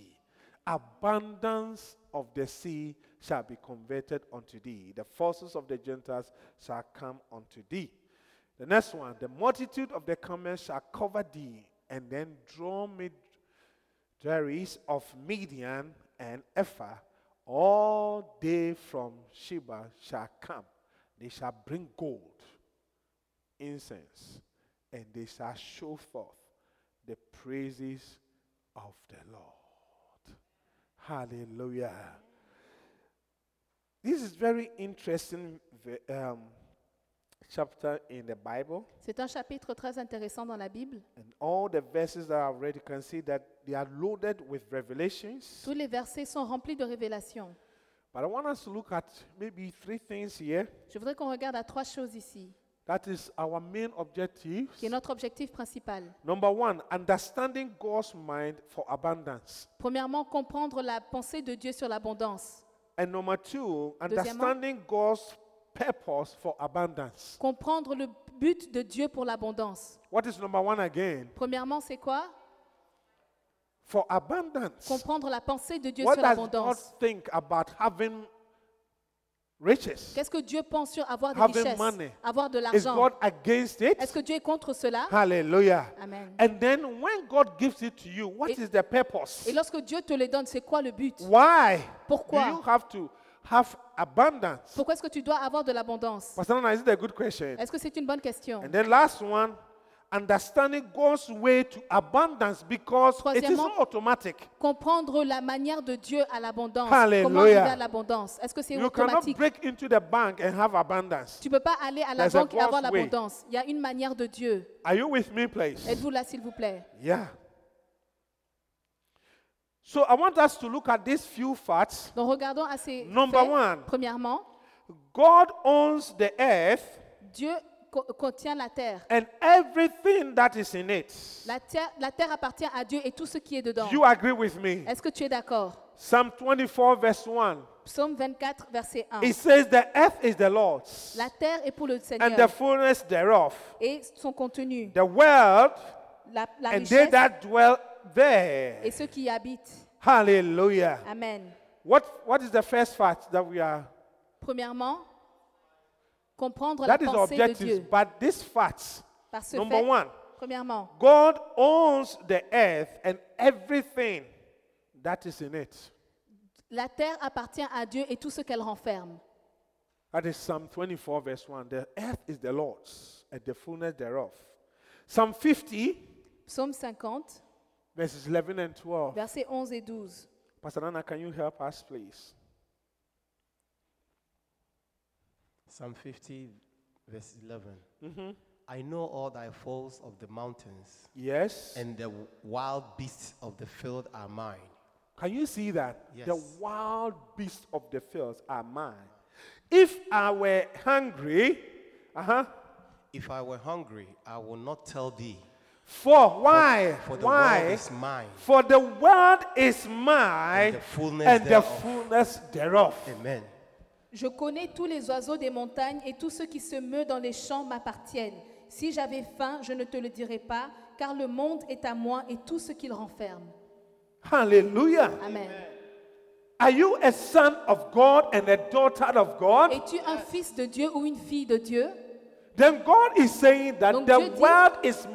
Speaker 2: Abundance of the sea shall be converted unto thee. The forces of the Gentiles shall come unto thee. The next one, the multitude of the comers shall cover thee, and then draw me Darius of Midian and Ephah, all they from Sheba shall come. They shall bring gold, incense, and they shall show forth the praises of the Lord. Hallelujah. This is very interesting ve- um, chapter in the Bible.
Speaker 3: C'est un chapitre très intéressant dans la Bible.
Speaker 2: And all the verses that I've read, you can see that they are loaded with revelations.
Speaker 3: Tous les versets sont remplis de révélations.
Speaker 2: But I want us to look at maybe three things here.
Speaker 3: Je voudrais qu'on regarde à trois choses ici,
Speaker 2: That is our main objective.
Speaker 3: qui est notre objectif principal.
Speaker 2: Number one, understanding God's mind for abundance.
Speaker 3: Premièrement, comprendre la pensée de Dieu sur l'abondance.
Speaker 2: And number two, understanding God's purpose for abundance.
Speaker 3: Comprendre le but de Dieu pour l'abondance.
Speaker 2: What is number one again?
Speaker 3: Premièrement, c'est quoi
Speaker 2: For abundance.
Speaker 3: Comprendre la pensée de Dieu
Speaker 2: What
Speaker 3: sur
Speaker 2: does God
Speaker 3: l'abondance.
Speaker 2: think about having riches?
Speaker 3: Qu'est-ce que Dieu pense sur avoir des
Speaker 2: Having
Speaker 3: richesses,
Speaker 2: money.
Speaker 3: avoir de
Speaker 2: Is
Speaker 3: l'argent
Speaker 2: God against it?
Speaker 3: Est-ce que Dieu est contre cela
Speaker 2: Hallelujah.
Speaker 3: Amen.
Speaker 2: And then when God gives it to you, what
Speaker 3: Et-
Speaker 2: is the purpose?
Speaker 3: Et lorsque Dieu te le donne, c'est quoi le but
Speaker 2: Why
Speaker 3: Pourquoi?
Speaker 2: do you have to have abundance?
Speaker 3: Pourquoi est-ce que tu dois avoir de l'abondance
Speaker 2: Pastor Nana, is it a good question?
Speaker 3: Est-ce que c'est une bonne question
Speaker 2: And then last one, understanding God's way to abundance because it is
Speaker 3: Troisièmement-
Speaker 2: not automatic.
Speaker 3: Comprendre la manière de Dieu à l'abondance.
Speaker 2: Hallelujah.
Speaker 3: Comment arriver à l'abondance Est-ce que c'est
Speaker 2: You cannot
Speaker 3: automatique
Speaker 2: break into the bank and have abundance.
Speaker 3: Tu ne peux pas aller à la
Speaker 2: There's a
Speaker 3: banque et avoir
Speaker 2: God's way.
Speaker 3: l'abondance. Il y a une manière de Dieu.
Speaker 2: Are you with me, please?
Speaker 3: Êtes-vous là, s'il vous plaît
Speaker 2: Yeah. So I want us to look at these few facts.
Speaker 3: Donc regardons à ces
Speaker 2: Number
Speaker 3: faits.
Speaker 2: one.
Speaker 3: Premièrement,
Speaker 2: God owns the earth
Speaker 3: Dieu co- contient la terre.
Speaker 2: and everything that is in it.
Speaker 3: La terre, la terre appartient à Dieu et tout ce qui est dedans.
Speaker 2: Do you agree with me?
Speaker 3: Est-ce que tu es d'accord
Speaker 2: Psalm 24, verse 1.
Speaker 3: Psaume 24, verset 1.
Speaker 2: It says, The earth is the Lord's,
Speaker 3: La terre est pour le
Speaker 2: and the
Speaker 3: Seigneur
Speaker 2: fullness thereof,
Speaker 3: et son contenu,
Speaker 2: the world,
Speaker 3: la, la
Speaker 2: and they
Speaker 3: richesse
Speaker 2: that dwell there.
Speaker 3: et ceux qui y habitent.
Speaker 2: Hallelujah.
Speaker 3: Amen.
Speaker 2: What, what is the first fact that we are?
Speaker 3: Premièrement, comprendre
Speaker 2: That
Speaker 3: la
Speaker 2: is the
Speaker 3: pensée de
Speaker 2: objective.
Speaker 3: Dieu.
Speaker 2: But this facts,
Speaker 3: Par ce
Speaker 2: number
Speaker 3: fait,
Speaker 2: one,
Speaker 3: premièrement,
Speaker 2: God owns the earth and everything that is in it.
Speaker 3: la terre appartient à Dieu et tout ce qu'elle renferme.
Speaker 2: That is Psalm 24, verse 1. The earth is the Lord's, and the fullness thereof. Psalm 50,
Speaker 3: Psaume 50,
Speaker 2: verses 11 and 12.
Speaker 3: versets 11 et 12.
Speaker 2: Pastor Nana, can you help us, please?
Speaker 4: Psalm 50, verse 11. I know all thy foes of the mountains,
Speaker 2: Yes.
Speaker 4: and the wild beasts of the field are mine.
Speaker 2: Can you see that? The
Speaker 4: Yes.
Speaker 2: wild beasts of the fields are mine. If I were hungry, uh-huh.
Speaker 4: If I were hungry, I will not tell thee.
Speaker 2: For why?
Speaker 4: For the
Speaker 2: why?
Speaker 4: world is mine.
Speaker 2: For the world is mine
Speaker 4: And the fullness
Speaker 2: and the
Speaker 4: thereof.
Speaker 2: fullness thereof.
Speaker 4: Amen.
Speaker 3: Je connais tous les oiseaux des montagnes et tout ce qui se meut dans les champs m'appartiennent. Si j'avais faim, je ne te le dirais pas, car le monde est à moi et tout ce qu'il renferme.
Speaker 2: Hallelujah.
Speaker 3: Amen.
Speaker 2: Are you a son of God and a daughter of God?
Speaker 3: Es-tu un fils de Dieu ou une fille de Dieu
Speaker 2: then God is saying that
Speaker 3: Donc
Speaker 2: the
Speaker 3: Dieu dit,
Speaker 2: world is
Speaker 3: Le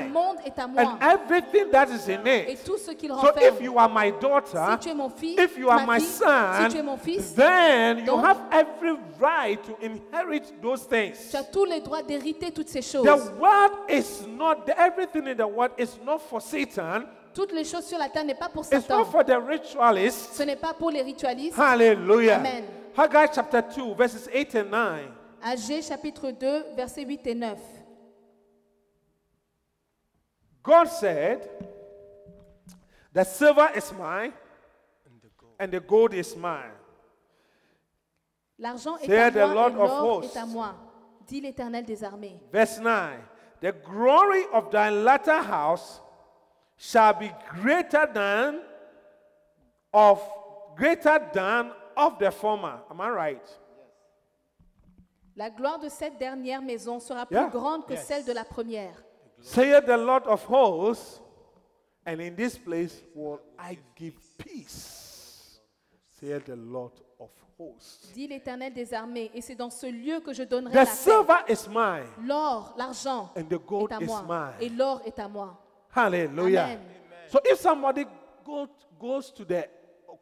Speaker 2: mine
Speaker 3: monde est à moi
Speaker 2: and everything that is in
Speaker 3: et
Speaker 2: it.
Speaker 3: tout ce qu'il
Speaker 2: So if
Speaker 3: renferme.
Speaker 2: you are my daughter,
Speaker 3: Si tu es mon fils,
Speaker 2: if you are
Speaker 3: ma
Speaker 2: my
Speaker 3: fille,
Speaker 2: son,
Speaker 3: si tu es mon fils,
Speaker 2: then you
Speaker 3: donc-
Speaker 2: have every right to inherit those things.
Speaker 3: Tu as tous les droits d'hériter toutes ces choses.
Speaker 2: The world is not the- everything in the world is not for Satan.
Speaker 3: Toutes les choses sur la terre n'est pas pour
Speaker 2: It's
Speaker 3: Satan.
Speaker 2: not for the ritualists.
Speaker 3: Ce n'est pas pour les ritualistes.
Speaker 2: Hallelujah.
Speaker 3: Amen.
Speaker 2: Haggai chapter 2, verses 8 and 9.
Speaker 3: Agé chapitre 2, versets 8 et 9.
Speaker 2: God said, The silver is mine, and the gold is mine.
Speaker 3: L'argent est
Speaker 2: Say
Speaker 3: à
Speaker 2: the
Speaker 3: moi
Speaker 2: Lord
Speaker 3: et
Speaker 2: of
Speaker 3: l'or
Speaker 2: hosts.
Speaker 3: est à moi, dit l'Éternel des armées.
Speaker 2: Verse 9 The glory of thy latter house shall be greater than of greater than of the former. Am I right?
Speaker 3: La gloire de cette dernière maison sera plus
Speaker 2: Yeah.
Speaker 3: grande que celle de la première.
Speaker 2: Saith the Lord of hosts, and in this place will I give peace. Saith the Lord of hosts.
Speaker 3: Dit l'Éternel des armées, et c'est dans ce lieu que je donnerai
Speaker 2: The
Speaker 3: la paix.
Speaker 2: silver is mine,
Speaker 3: L'or, l'argent
Speaker 2: and the gold
Speaker 3: est à
Speaker 2: is
Speaker 3: moi, et
Speaker 2: mine.
Speaker 3: l'or est à moi.
Speaker 2: Hallelujah.
Speaker 3: Amen.
Speaker 2: So if somebody go, goes to the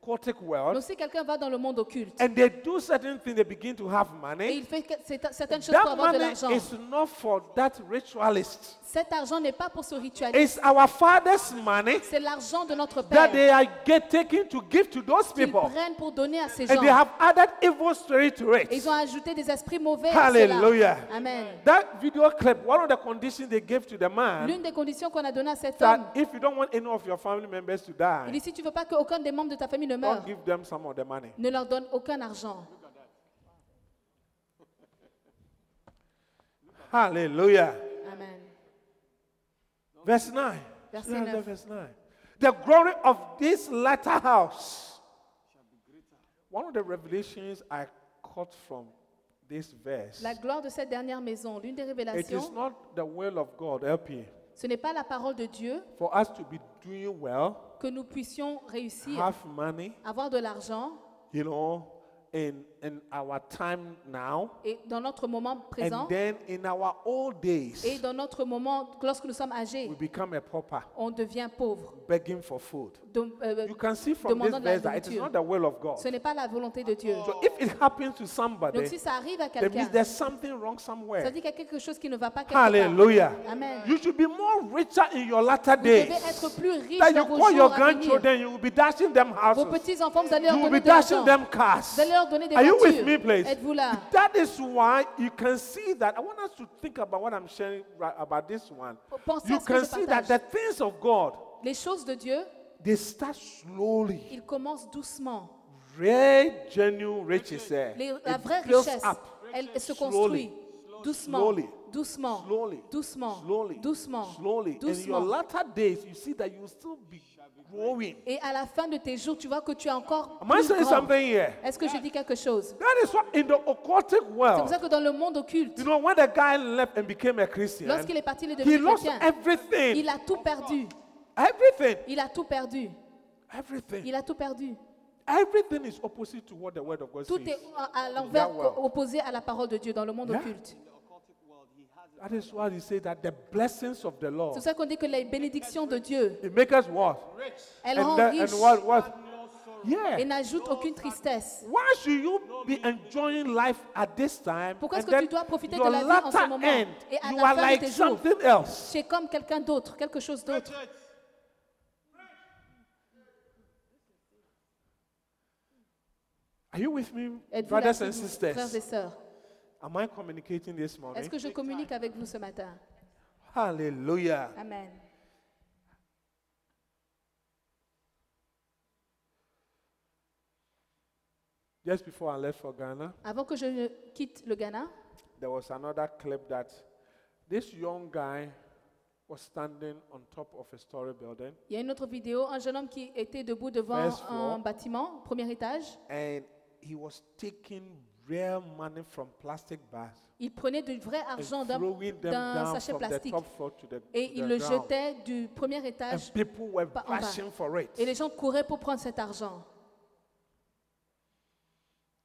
Speaker 2: aquatic
Speaker 3: Donc
Speaker 2: world
Speaker 3: si quelqu'un va dans le monde occulte
Speaker 2: and they do certain things, they begin to have
Speaker 3: et
Speaker 2: money.
Speaker 3: il fait que- c'est- certaines choses pour
Speaker 2: That
Speaker 3: avoir de
Speaker 2: money
Speaker 3: l'argent,
Speaker 2: is not for that ritualist.
Speaker 3: cet argent n'est pas pour ce ritualiste.
Speaker 2: It's our father's money
Speaker 3: C'est l'argent de notre Père
Speaker 2: that they are get taken to give to those
Speaker 3: qu'ils
Speaker 2: people.
Speaker 3: prennent pour donner à ces
Speaker 2: And
Speaker 3: gens.
Speaker 2: they have added evil spirit to
Speaker 3: Et
Speaker 2: it.
Speaker 3: ils ont ajouté des esprits mauvais à
Speaker 2: Hallelujah.
Speaker 3: cela. Amen.
Speaker 2: That video clip, one of the conditions they gave to the man
Speaker 3: L'une des conditions qu'on a données à cet homme,
Speaker 2: that if you don't want any of your family members to
Speaker 3: il
Speaker 2: die,
Speaker 3: dit si tu veux pas qu'aucun des membres de ta famille ne meure,
Speaker 2: don't give them some of the money.
Speaker 3: ne leur donne aucun argent.
Speaker 2: Hallelujah.
Speaker 3: Amen.
Speaker 2: Verse 9.
Speaker 3: Verse
Speaker 2: Look at
Speaker 3: 9.
Speaker 2: the Verse 9. The glory of this latter house. One of the revelations I caught from this verse.
Speaker 3: La gloire de cette dernière maison, l'une des
Speaker 2: It is
Speaker 3: révélations,
Speaker 2: not the will of God, help you,
Speaker 3: ce n'est pas la parole de Dieu
Speaker 2: for us to be doing well,
Speaker 3: que nous puissions réussir,
Speaker 2: have money,
Speaker 3: avoir de l'argent
Speaker 2: you know, in, in our time now.
Speaker 3: et dans notre moment présent
Speaker 2: And then in our old days,
Speaker 3: et dans notre moment lorsque nous sommes âgés,
Speaker 2: we become a pauper,
Speaker 3: on devient pauvre,
Speaker 2: begging for food.
Speaker 3: de- euh,
Speaker 2: You can see from this
Speaker 3: demandant de la
Speaker 2: verse that it is
Speaker 3: nourriture.
Speaker 2: not the will of God.
Speaker 3: Ce n'est pas la volonté de Dieu.
Speaker 2: So if it happens to
Speaker 3: Donc
Speaker 2: somebody,
Speaker 3: si ça arrive à
Speaker 2: that means
Speaker 3: quelqu'un,
Speaker 2: there's something wrong
Speaker 3: Ça
Speaker 2: somewhere.
Speaker 3: dit qu'il y a quelque chose qui ne va pas quelque part.
Speaker 2: Hallelujah.
Speaker 3: Amen.
Speaker 2: You should be more richer in your latter
Speaker 3: Vous devez
Speaker 2: days.
Speaker 3: être plus riche
Speaker 2: That you
Speaker 3: dans vos
Speaker 2: call your
Speaker 3: jours à venir.
Speaker 2: grandchildren, you will be dashing them
Speaker 3: Vos
Speaker 2: houses.
Speaker 3: petits-enfants, vous allez leur
Speaker 2: You will
Speaker 3: donner
Speaker 2: be
Speaker 3: de
Speaker 2: dashing
Speaker 3: l'argent.
Speaker 2: them
Speaker 3: Vous
Speaker 2: cars.
Speaker 3: allez leur donner des
Speaker 2: Are you
Speaker 3: voitures.
Speaker 2: with me, please?
Speaker 3: Êtes-vous là
Speaker 2: That is why you can see that. I want us to think about what I'm sharing right about this one.
Speaker 3: Pensez
Speaker 2: You
Speaker 3: à ce que
Speaker 2: can
Speaker 3: je
Speaker 2: see that the
Speaker 3: partage.
Speaker 2: things of God,
Speaker 3: Les choses de Dieu,
Speaker 2: they start slowly.
Speaker 3: ils commencent doucement.
Speaker 2: Real, genuine riches. eh?
Speaker 3: Les- la
Speaker 2: It
Speaker 3: vraie
Speaker 2: builds
Speaker 3: richesse,
Speaker 2: up.
Speaker 3: elle, elle se
Speaker 2: Slowly.
Speaker 3: construit doucement,
Speaker 2: Slowly.
Speaker 3: doucement,
Speaker 2: Slowly.
Speaker 3: doucement,
Speaker 2: Slowly.
Speaker 3: doucement,
Speaker 2: Slowly. In your
Speaker 3: doucement.
Speaker 2: latter days, you see that you will still be growing.
Speaker 3: Et à la fin de tes jours, tu vois que tu es encore
Speaker 2: Am I
Speaker 3: plus
Speaker 2: saying
Speaker 3: grand.
Speaker 2: something here?
Speaker 3: Est-ce que je dis quelque chose
Speaker 2: That is what in the occultic
Speaker 3: C'est pour ça
Speaker 2: world.
Speaker 3: que dans le monde occulte,
Speaker 2: You know, when the guy left and became a Christian,
Speaker 3: lorsqu'il est parti, il est
Speaker 2: he
Speaker 3: devenu
Speaker 2: lost
Speaker 3: chrétien.
Speaker 2: everything.
Speaker 3: Il a tout perdu.
Speaker 2: Everything.
Speaker 3: Il a tout perdu.
Speaker 2: Everything.
Speaker 3: Il a tout perdu.
Speaker 2: Everything is opposite to what the word of God
Speaker 3: Tout
Speaker 2: says.
Speaker 3: est à à l'envers,
Speaker 2: world.
Speaker 3: co- opposé à la parole de Dieu dans le monde
Speaker 2: Yeah.
Speaker 3: occulte.
Speaker 2: That is why he said that the blessings of the
Speaker 3: C'est
Speaker 2: Lord
Speaker 3: pour ça qu'on dit que les bénédictions de Dieu,
Speaker 2: it make us what?
Speaker 3: elles
Speaker 2: And,
Speaker 3: rendent
Speaker 2: the-
Speaker 3: riches
Speaker 2: and what what?
Speaker 3: et
Speaker 2: Yeah.
Speaker 3: n'ajoutent aucune tristesse.
Speaker 2: Why should you be enjoying life at this time?
Speaker 3: Pourquoi est-ce
Speaker 2: and
Speaker 3: que
Speaker 2: then
Speaker 3: tu dois profiter de
Speaker 2: your
Speaker 3: la vie en ce
Speaker 2: latter
Speaker 3: moment
Speaker 2: end,
Speaker 3: et à
Speaker 2: you
Speaker 3: la
Speaker 2: are
Speaker 3: fin de
Speaker 2: like
Speaker 3: tes jours?
Speaker 2: something else.
Speaker 3: C'est comme quelqu'un d'autre, quelque chose d'autre.
Speaker 2: Are you with me,
Speaker 3: Êtes-vous là,
Speaker 2: brothers and
Speaker 3: frères et
Speaker 2: sisters?
Speaker 3: sœurs
Speaker 2: Am I communicating this morning?
Speaker 3: Est-ce que je communique avec vous ce matin
Speaker 2: Hallelujah.
Speaker 3: Amen.
Speaker 2: Just before I left for Ghana,
Speaker 3: Avant que je ne quitte le Ghana,
Speaker 2: there was another clip that this young guy was standing on top of a story building
Speaker 3: il y a une autre vidéo, un jeune homme qui était debout devant
Speaker 2: First floor.
Speaker 3: un bâtiment, premier étage.
Speaker 2: and he was taking real money from plastic bags
Speaker 3: Il prenait du vrai
Speaker 2: and
Speaker 3: argent d'un
Speaker 2: throwing them
Speaker 3: d'un
Speaker 2: down
Speaker 3: sachet
Speaker 2: from the
Speaker 3: plastique
Speaker 2: top floor to the,
Speaker 3: et
Speaker 2: to
Speaker 3: il
Speaker 2: the
Speaker 3: le
Speaker 2: ground.
Speaker 3: jetait du premier étage
Speaker 2: And people were
Speaker 3: par en bas.
Speaker 2: rushing for it.
Speaker 3: Et les gens couraient pour prendre cet argent.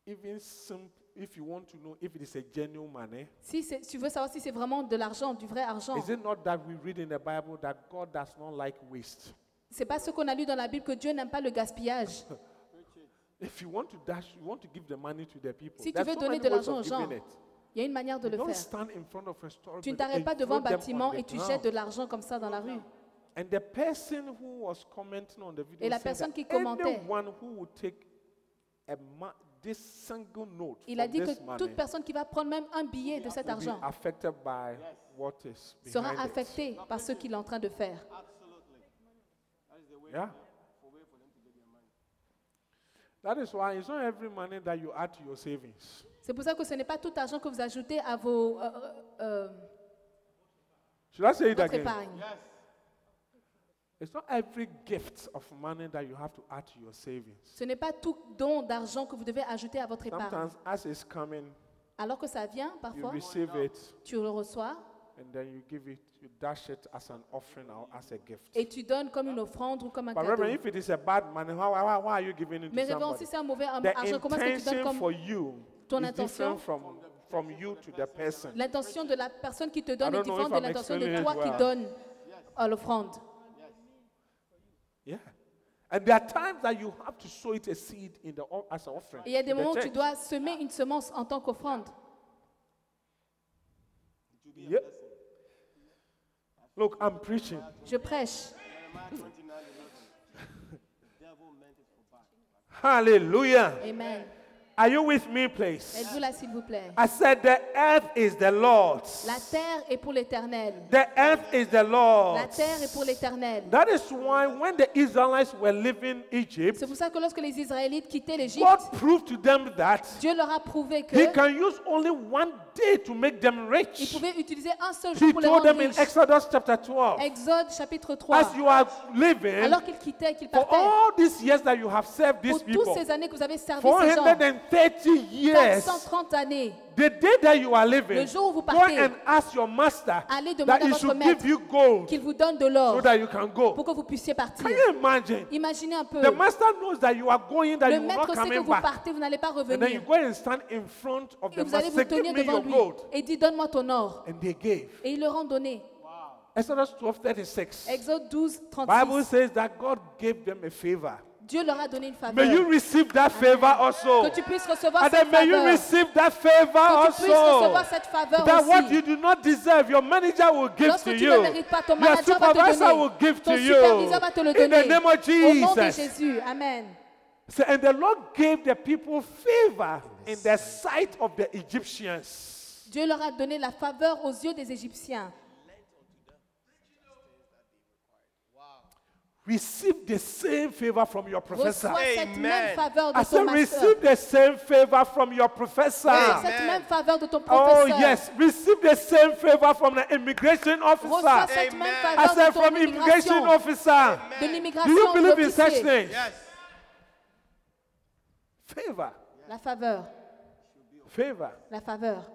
Speaker 2: Even simp- if you want to know if it is a genuine money,
Speaker 3: Si c'est- tu veux savoir si c'est vraiment de l'argent, du vrai argent,
Speaker 2: is it not that we read in the Bible that God does not like waste?
Speaker 3: c'est pas ce qu'on a lu dans la Bible que Dieu n'aime pas le gaspillage.
Speaker 2: If you want to dash, you want to give the money to the people.
Speaker 3: Si tu
Speaker 2: There's
Speaker 3: veux
Speaker 2: so
Speaker 3: donner
Speaker 2: many
Speaker 3: de
Speaker 2: ways
Speaker 3: l'argent aux
Speaker 2: of
Speaker 3: gens,
Speaker 2: giving it.
Speaker 3: il y a une manière de
Speaker 2: You
Speaker 3: le
Speaker 2: don't
Speaker 3: faire.
Speaker 2: stand in front of a store
Speaker 3: Tu ne
Speaker 2: building
Speaker 3: t'arrêtes
Speaker 2: and
Speaker 3: pas devant un
Speaker 2: throw them on
Speaker 3: bâtiment
Speaker 2: the
Speaker 3: et tu
Speaker 2: ground.
Speaker 3: jettes de l'argent comme ça dans la rue.
Speaker 2: And the person who was commenting on the video
Speaker 3: Et la
Speaker 2: said that
Speaker 3: personne qui commentait-
Speaker 2: anyone who would take a ma- this single note
Speaker 3: Il a
Speaker 2: from
Speaker 3: dit
Speaker 2: this
Speaker 3: que
Speaker 2: money
Speaker 3: toute personne qui va prendre même un billet de cet
Speaker 2: will be
Speaker 3: argent
Speaker 2: affected by what is
Speaker 3: sera
Speaker 2: behind it.
Speaker 3: affectée par ce qu'il est en train de faire.
Speaker 2: Yeah. That is why it's not every money that you add to your savings.
Speaker 3: C'est pour ça que ce n'est pas tout argent que vous ajoutez à vos, euh, euh,
Speaker 2: Should I say it
Speaker 3: votre
Speaker 2: again?
Speaker 3: épargne.
Speaker 2: It's not every gift of money that you have to add to your savings.
Speaker 3: Ce n'est pas tout don d'argent que vous devez ajouter à votre épargne.
Speaker 2: Sometimes, as it's coming,
Speaker 3: Alors que ça vient,
Speaker 2: you
Speaker 3: parfois,
Speaker 2: receive it
Speaker 3: tu le reçois
Speaker 2: and then you give it, you dash it as an offering or as a gift.
Speaker 3: et tu donnes comme une offrande ou comme un
Speaker 2: But Reverend,
Speaker 3: cadeau.
Speaker 2: if it is a bad money, why, why, why are you giving it
Speaker 3: Mais
Speaker 2: to
Speaker 3: révérend,
Speaker 2: somebody?
Speaker 3: si c'est un mauvais
Speaker 2: The
Speaker 3: argent, comment est-ce que tu donnes
Speaker 2: intention for
Speaker 3: comme
Speaker 2: you
Speaker 3: ton
Speaker 2: is
Speaker 3: intention?
Speaker 2: different from, from you to the person.
Speaker 3: l'intention de la personne qui te
Speaker 2: I
Speaker 3: donne
Speaker 2: don't
Speaker 3: est
Speaker 2: know
Speaker 3: différente
Speaker 2: if
Speaker 3: de
Speaker 2: I'm
Speaker 3: l'intention de
Speaker 2: explaining
Speaker 3: toi
Speaker 2: it
Speaker 3: qui
Speaker 2: well.
Speaker 3: donne à l'offrande.
Speaker 2: Yeah. And there are times that you have to sow it a seed in the o- as an offering.
Speaker 3: Et il y a
Speaker 2: in
Speaker 3: des
Speaker 2: the
Speaker 3: moments où tu
Speaker 2: church.
Speaker 3: dois semer une semence en tant qu'offrande.
Speaker 2: Yep. Look, I'm preaching.
Speaker 3: Je prêche.
Speaker 2: Hallelujah.
Speaker 3: Amen.
Speaker 2: Are you with me, please?
Speaker 3: Êtes-vous là, s'il vous plaît?
Speaker 2: I said the earth is the Lord's.
Speaker 3: La terre est pour l'éternel.
Speaker 2: The earth is the
Speaker 3: La
Speaker 2: Lord's.
Speaker 3: terre est pour l'éternel.
Speaker 2: That is why when the Israelites were leaving Egypt,
Speaker 3: C'est pour ça que lorsque les Israélites quittaient l'Égypte,
Speaker 2: God proved to them that
Speaker 3: Dieu leur a prouvé
Speaker 2: He
Speaker 3: que
Speaker 2: can use only one day to make them
Speaker 3: ils
Speaker 2: rich.
Speaker 3: pouvaient utiliser un seul jour
Speaker 2: He
Speaker 3: pour les
Speaker 2: told
Speaker 3: rendre
Speaker 2: them in
Speaker 3: riches.
Speaker 2: Exodus chapter 12
Speaker 3: Exode chapitre 3.
Speaker 2: As you are living,
Speaker 3: Alors qu'ils quittaient, qu'ils
Speaker 2: for
Speaker 3: partaient,
Speaker 2: all these years that you have served these
Speaker 3: pour toutes
Speaker 2: people,
Speaker 3: ces années que vous avez servi ces gens,
Speaker 2: 430 years,
Speaker 3: 430 années,
Speaker 2: the day that you are
Speaker 3: Le
Speaker 2: living,
Speaker 3: jour où vous
Speaker 2: go
Speaker 3: partez,
Speaker 2: and ask your master
Speaker 3: allez demander
Speaker 2: that
Speaker 3: à
Speaker 2: he
Speaker 3: votre
Speaker 2: should
Speaker 3: maître
Speaker 2: give you gold
Speaker 3: qu'il vous donne de
Speaker 2: so
Speaker 3: l'or
Speaker 2: that you can
Speaker 3: pour
Speaker 2: go.
Speaker 3: que vous puissiez partir.
Speaker 2: Can you imagine?
Speaker 3: Imaginez un peu.
Speaker 2: The master knows that you are going, that
Speaker 3: Le
Speaker 2: you will not
Speaker 3: maître sait que
Speaker 2: coming
Speaker 3: vous
Speaker 2: back.
Speaker 3: partez, vous n'allez pas
Speaker 2: And then you
Speaker 3: revenir.
Speaker 2: go and stand in front of
Speaker 3: Et
Speaker 2: the
Speaker 3: vous allez
Speaker 2: master,
Speaker 3: vous
Speaker 2: say, give
Speaker 3: tenir
Speaker 2: me
Speaker 3: devant
Speaker 2: your
Speaker 3: lui
Speaker 2: gold.
Speaker 3: et dit donne-moi ton or.
Speaker 2: And they gave.
Speaker 3: Et ils leur ont donné.
Speaker 2: Exodus 12, 36.
Speaker 3: Exode 12,
Speaker 2: Bible
Speaker 3: 36.
Speaker 2: says that God gave them a favor.
Speaker 3: Dieu leur a donné une faveur.
Speaker 2: May you receive that favor also.
Speaker 3: Que tu puisses recevoir
Speaker 2: And
Speaker 3: cette
Speaker 2: then may you
Speaker 3: faveur.
Speaker 2: receive that favor
Speaker 3: Que tu puisses recevoir
Speaker 2: also.
Speaker 3: cette faveur
Speaker 2: That what you
Speaker 3: aussi.
Speaker 2: do not deserve, your manager will give
Speaker 3: Lorsque
Speaker 2: to
Speaker 3: tu ne
Speaker 2: you.
Speaker 3: mérites pas, ton
Speaker 2: Your
Speaker 3: manager va te
Speaker 2: supervisor
Speaker 3: donner.
Speaker 2: will give
Speaker 3: ton
Speaker 2: to
Speaker 3: superviseur va te le
Speaker 2: you. In the
Speaker 3: donner.
Speaker 2: name of
Speaker 3: Au nom de
Speaker 2: Jesus.
Speaker 3: Jésus. Amen.
Speaker 2: So, and the Lord gave the people favor in the sight of the Egyptians.
Speaker 3: Dieu leur a donné la faveur aux yeux des Égyptiens.
Speaker 2: Receive the same favor from your professor.
Speaker 3: Reçois cette
Speaker 4: Amen.
Speaker 3: même faveur
Speaker 2: I
Speaker 3: de ton
Speaker 2: said,
Speaker 3: master.
Speaker 2: receive the same favor from your professor.
Speaker 3: Reçois cette même faveur de ton
Speaker 2: Oh,
Speaker 3: professeur.
Speaker 2: yes. Receive the same favor from the immigration
Speaker 3: Reçois
Speaker 2: officer.
Speaker 3: cette même
Speaker 2: I
Speaker 3: faveur
Speaker 2: said,
Speaker 3: de ton
Speaker 2: from immigration
Speaker 3: immigration.
Speaker 2: officer.
Speaker 3: De
Speaker 2: Do you
Speaker 3: l'immigration,
Speaker 2: believe in
Speaker 3: l'officier.
Speaker 2: such things?
Speaker 4: Yes.
Speaker 2: Favor.
Speaker 3: La faveur,
Speaker 2: Favor.
Speaker 3: la faveur.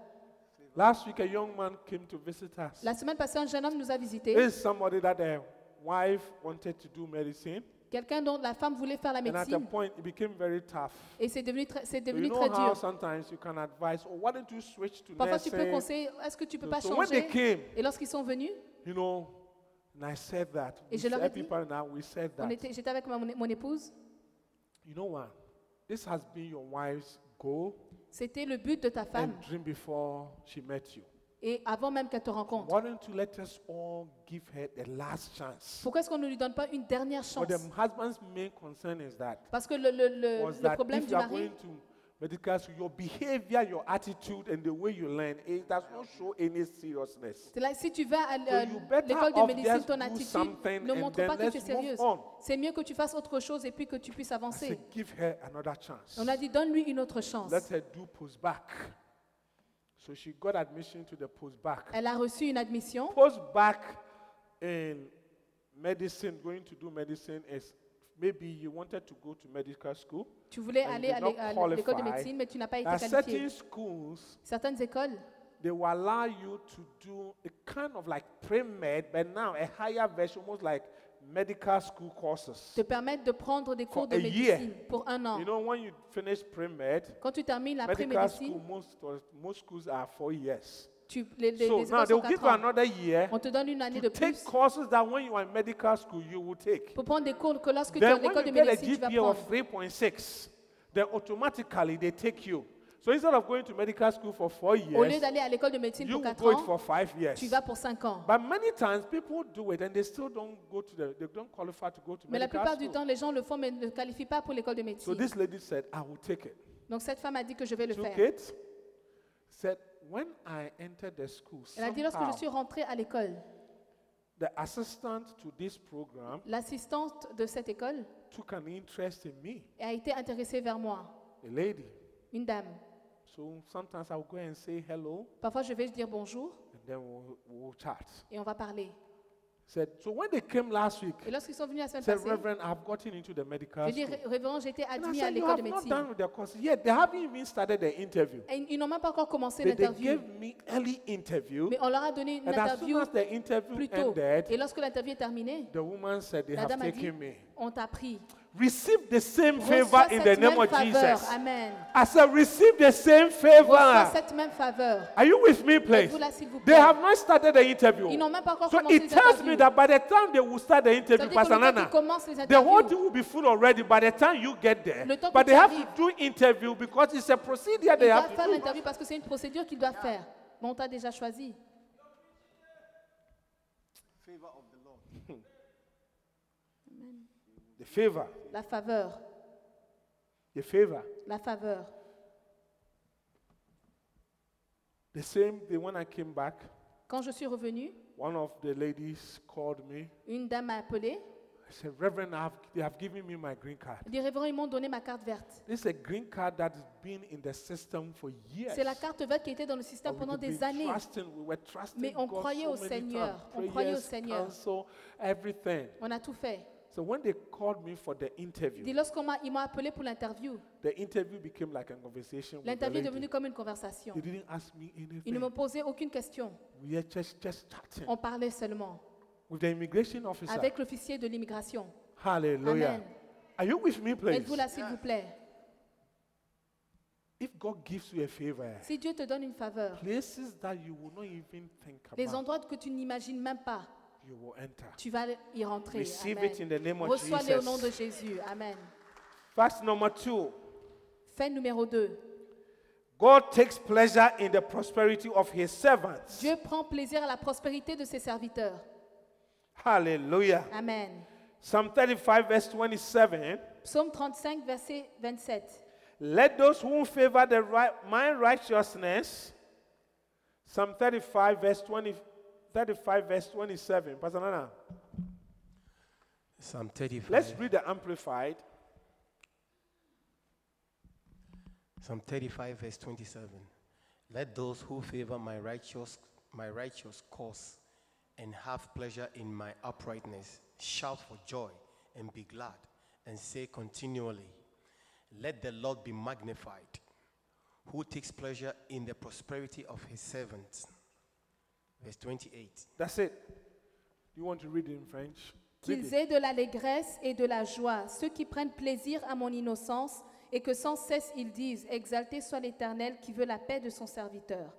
Speaker 2: Last week, a young man came to visit us.
Speaker 3: La semaine passée, un jeune homme nous a visités.
Speaker 2: This is somebody that the wife wanted to do medicine.
Speaker 3: Quelqu'un dont la femme voulait faire la
Speaker 2: And at a
Speaker 3: médecine.
Speaker 2: point, it became very tough.
Speaker 3: Et c'est devenu, très- c'est
Speaker 2: So you
Speaker 3: devenu
Speaker 2: know
Speaker 3: très
Speaker 2: how
Speaker 3: dur.
Speaker 2: sometimes you can advise, oh, why don't you switch to
Speaker 3: Parfois, tu peux
Speaker 2: nursing?
Speaker 3: conseiller, est-ce que tu peux
Speaker 2: So-
Speaker 3: pas
Speaker 2: so when they came,
Speaker 3: changer Et lorsqu'ils sont venus,
Speaker 2: You know, and I said that.
Speaker 3: Et
Speaker 2: We
Speaker 3: je leur ai
Speaker 2: said
Speaker 3: dit-
Speaker 2: people now, we said
Speaker 3: on
Speaker 2: that.
Speaker 3: était- j'étais avec ma- mon, mon épouse.
Speaker 2: You know what? This has been your wife's goal
Speaker 3: C'était le but de ta
Speaker 2: and
Speaker 3: femme.
Speaker 2: dream before she met you.
Speaker 3: Et avant même qu'elle te rencontre,
Speaker 2: Why don't you let us all give her the last chance?
Speaker 3: pourquoi est-ce qu'on ne lui donne pas une dernière chance
Speaker 2: But the husband's main concern is that
Speaker 3: Parce que le, le- le-
Speaker 2: was
Speaker 3: le
Speaker 2: that
Speaker 3: problème
Speaker 2: if
Speaker 3: du
Speaker 2: you are
Speaker 3: mari,
Speaker 2: going to But because your behavior, your attitude, and the way you learn, it does not show any seriousness.
Speaker 3: C'est là, si tu vas à
Speaker 2: So
Speaker 3: l'e-
Speaker 2: you better
Speaker 3: l'école de
Speaker 2: off
Speaker 3: médecine,
Speaker 2: just
Speaker 3: ton
Speaker 2: do
Speaker 3: attitude
Speaker 2: something
Speaker 3: ne
Speaker 2: and
Speaker 3: montre
Speaker 2: then
Speaker 3: pas que
Speaker 2: let's
Speaker 3: tu es
Speaker 2: move
Speaker 3: sérieuse.
Speaker 2: on.
Speaker 3: C'est mieux que tu fasses autre chose et puis que tu puisses
Speaker 2: I said,
Speaker 3: avancer.
Speaker 2: give her another chance.
Speaker 3: On a dit, donne-lui une autre chance.
Speaker 2: Let her do post back. So she got admission to the post back.
Speaker 3: Elle a reçu une admission.
Speaker 2: Post back in medicine, going to do medicine is maybe you wanted to go to medical school.
Speaker 3: Tu voulais
Speaker 2: and
Speaker 3: aller
Speaker 2: you
Speaker 3: à
Speaker 2: did not
Speaker 3: l'é- à l'école de
Speaker 2: qualify.
Speaker 3: médecine, mais tu n'as pas
Speaker 2: There are
Speaker 3: été
Speaker 2: certain
Speaker 3: qualifié.
Speaker 2: schools,
Speaker 3: Certaines écoles,
Speaker 2: they will allow you to do a kind of like pre-med, but now a higher version, almost like medical school courses.
Speaker 3: te permettent de prendre des
Speaker 2: For
Speaker 3: cours de
Speaker 2: a year.
Speaker 3: médecine pour un an.
Speaker 2: You know, when you finish pre-med,
Speaker 3: Quand tu termines la
Speaker 2: medical school,
Speaker 3: pré-médecine,
Speaker 2: most, or most schools are four years.
Speaker 3: tu, les, les,
Speaker 2: So now
Speaker 3: les écoles
Speaker 2: they
Speaker 3: sont
Speaker 2: will give
Speaker 3: quatre
Speaker 2: you
Speaker 3: ans.
Speaker 2: another year
Speaker 3: On te donne une année de
Speaker 2: to take
Speaker 3: plus
Speaker 2: courses that when you are in medical school, you will take.
Speaker 3: pour prendre des cours que lorsque tu es à
Speaker 2: Then
Speaker 3: l'école
Speaker 2: when
Speaker 3: de
Speaker 2: you get a
Speaker 3: médecine, tu vas
Speaker 2: GPA of
Speaker 3: prendre.
Speaker 2: 3.6, then automatically they take you. So instead of going to medical school for four
Speaker 3: Au lieu
Speaker 2: years,
Speaker 3: d'aller à l'école de médecine
Speaker 2: you
Speaker 3: pour
Speaker 2: will
Speaker 3: 4
Speaker 2: go it for
Speaker 3: ans,
Speaker 2: five years.
Speaker 3: tu vas pour 5 ans.
Speaker 2: But many times people do it and they still don't go to the they don't qualify to go to
Speaker 3: Mais la
Speaker 2: medical
Speaker 3: plupart du
Speaker 2: school.
Speaker 3: temps, les gens le font mais ne qualifient pas pour l'école de
Speaker 2: So
Speaker 3: médecine.
Speaker 2: this lady said, I will take it.
Speaker 3: Donc cette femme a dit que je vais le
Speaker 2: Took
Speaker 3: faire.
Speaker 2: it. Said when I entered the school,
Speaker 3: Elle a dit lorsque
Speaker 2: somehow,
Speaker 3: je suis rentrée à l'école,
Speaker 2: the assistant to this program
Speaker 3: l'assistante de cette école
Speaker 2: took an interest in me,
Speaker 3: a été intéressée vers moi,
Speaker 2: a lady.
Speaker 3: une dame.
Speaker 2: So sometimes I'll go and say hello
Speaker 3: Parfois, je vais dire bonjour
Speaker 2: and then we'll, we'll chat.
Speaker 3: et on va parler.
Speaker 2: Said so when they came last week,
Speaker 3: Et lorsqu'ils sont venus la semaine
Speaker 2: said
Speaker 3: passée,
Speaker 2: Reverend, I've gotten into the medical
Speaker 3: je dis,
Speaker 2: school.
Speaker 3: Ré- révérend, j'ai été
Speaker 2: And I
Speaker 3: admis à
Speaker 2: said, you
Speaker 3: l'école de
Speaker 2: have not done
Speaker 3: médecine.
Speaker 2: with their course yet. They haven't even started the interview.
Speaker 3: Et ils n'ont même pas encore commencé
Speaker 2: They, they
Speaker 3: l'interview,
Speaker 2: gave me early interview,
Speaker 3: mais on leur a donné une
Speaker 2: and as soon
Speaker 3: interview
Speaker 2: as the interview
Speaker 3: plus tôt. Et
Speaker 2: ended,
Speaker 3: lorsque l'interview est terminée,
Speaker 2: the woman said, "They
Speaker 3: la
Speaker 2: have
Speaker 3: dame a dit,
Speaker 2: taken me."
Speaker 3: on t'a pris.
Speaker 2: Receive the same favor
Speaker 3: Reçois
Speaker 2: in
Speaker 3: cette
Speaker 2: the name
Speaker 3: même
Speaker 2: of
Speaker 3: faveur.
Speaker 2: Jesus. Ah.
Speaker 3: Amen.
Speaker 2: I said, "Receive the same
Speaker 3: Reçois
Speaker 2: favor."
Speaker 3: cette même faveur.
Speaker 2: Are you with me, please?
Speaker 3: Êtes-vous là, s'il vous
Speaker 2: They
Speaker 3: plaît?
Speaker 2: have not started the interview.
Speaker 3: Ils n'ont même pas encore
Speaker 2: So
Speaker 3: commencé
Speaker 2: it
Speaker 3: les
Speaker 2: tells me
Speaker 3: interviews.
Speaker 2: that by the time they will start the
Speaker 3: Ça
Speaker 2: interview,
Speaker 3: veut dire que
Speaker 2: Pastor
Speaker 3: le temps
Speaker 2: Nana,
Speaker 3: qu'ils commencent les
Speaker 2: the whole
Speaker 3: interviews,
Speaker 2: thing will be full already by the time you get there.
Speaker 3: Le temps que
Speaker 2: But
Speaker 3: tu
Speaker 2: they have to
Speaker 3: arrives.
Speaker 2: do interview because it's a procedure
Speaker 3: ils
Speaker 2: they have
Speaker 3: doivent
Speaker 2: to
Speaker 3: faire
Speaker 2: do.
Speaker 3: l'interview parce que c'est une procédure qu'ils doivent faire. Mais on t'a déjà choisi.
Speaker 2: The favor,
Speaker 3: La faveur,
Speaker 2: the favor.
Speaker 3: la faveur.
Speaker 2: The same day when I came back,
Speaker 3: Quand je suis revenue,
Speaker 2: one of the ladies called me.
Speaker 3: une dame m'a appelé.
Speaker 2: I said, Reverend, I have, they have given me my green card.
Speaker 3: Elle dit, révérend, ils m'ont donné ma carte verte.
Speaker 2: This is a green card that's been in the system for years.
Speaker 3: C'est la carte verte qui était dans le système
Speaker 2: And
Speaker 3: pendant
Speaker 2: we've
Speaker 3: des
Speaker 2: been
Speaker 3: années.
Speaker 2: trusting, we were trusting
Speaker 3: Mais on
Speaker 2: God
Speaker 3: croyait
Speaker 2: so
Speaker 3: au
Speaker 2: many
Speaker 3: Seigneur,
Speaker 2: times,
Speaker 3: on croyait au
Speaker 2: prayers,
Speaker 3: Seigneur.
Speaker 2: counsel, everything.
Speaker 3: On a tout fait.
Speaker 2: So when they called me for the
Speaker 3: Elle dit,
Speaker 2: interview,
Speaker 3: lorsqu'on m'a, ils m'ont appelé pour l'interview,
Speaker 2: the interview became like a conversation with the
Speaker 3: l'interview est
Speaker 2: lady.
Speaker 3: devenue comme une conversation.
Speaker 2: They didn't ask me
Speaker 3: Ils ne
Speaker 2: anything.
Speaker 3: m'ont posé aucune question.
Speaker 2: We were just, just chatting
Speaker 3: On parlait seulement
Speaker 2: with the immigration officer.
Speaker 3: avec l'officier de l'immigration.
Speaker 2: Hallelujah.
Speaker 3: Amen.
Speaker 2: Are you with me, please?
Speaker 3: Êtes-vous là, s'il vous plaît?
Speaker 2: If God gives you a favor,
Speaker 3: Si Dieu te donne une faveur,
Speaker 2: places that you will not even think
Speaker 3: les
Speaker 2: about,
Speaker 3: endroits que tu n'imagines même pas,
Speaker 2: you will enter.
Speaker 3: tu vas y rentrer.
Speaker 2: Receive
Speaker 3: Amen.
Speaker 2: it in the name of
Speaker 3: Reçois-les au
Speaker 2: Jesus.
Speaker 3: nom de Jésus. Amen.
Speaker 2: Fact number two.
Speaker 3: Fait numéro 2.
Speaker 2: God takes pleasure in the prosperity of his servants.
Speaker 3: Dieu prend plaisir à la prospérité de ses serviteurs.
Speaker 2: Hallelujah.
Speaker 3: Amen.
Speaker 2: Psalm 35, verse 27.
Speaker 3: Psaume 35, verset 27.
Speaker 2: Let those who favor the right, my righteousness. Psalm 35, verse 20, 35, verse 27. Pastor Nana,
Speaker 4: Psalm 35.
Speaker 2: let's read the Amplified.
Speaker 4: Psalm 35, verse 27. Let those who favor my righteous, my righteous cause and have pleasure in my uprightness shout for joy and be glad and say continually, Let the Lord be magnified, who takes pleasure in the prosperity of his servants. Verse 28.
Speaker 2: That's it. You want to read it in French? Read
Speaker 3: Qu'ils
Speaker 2: it.
Speaker 3: aient de l'allégresse et de la joie, ceux qui prennent plaisir à mon innocence, et que sans cesse ils disent, Exalté soit l'Éternel qui veut la paix de son serviteur.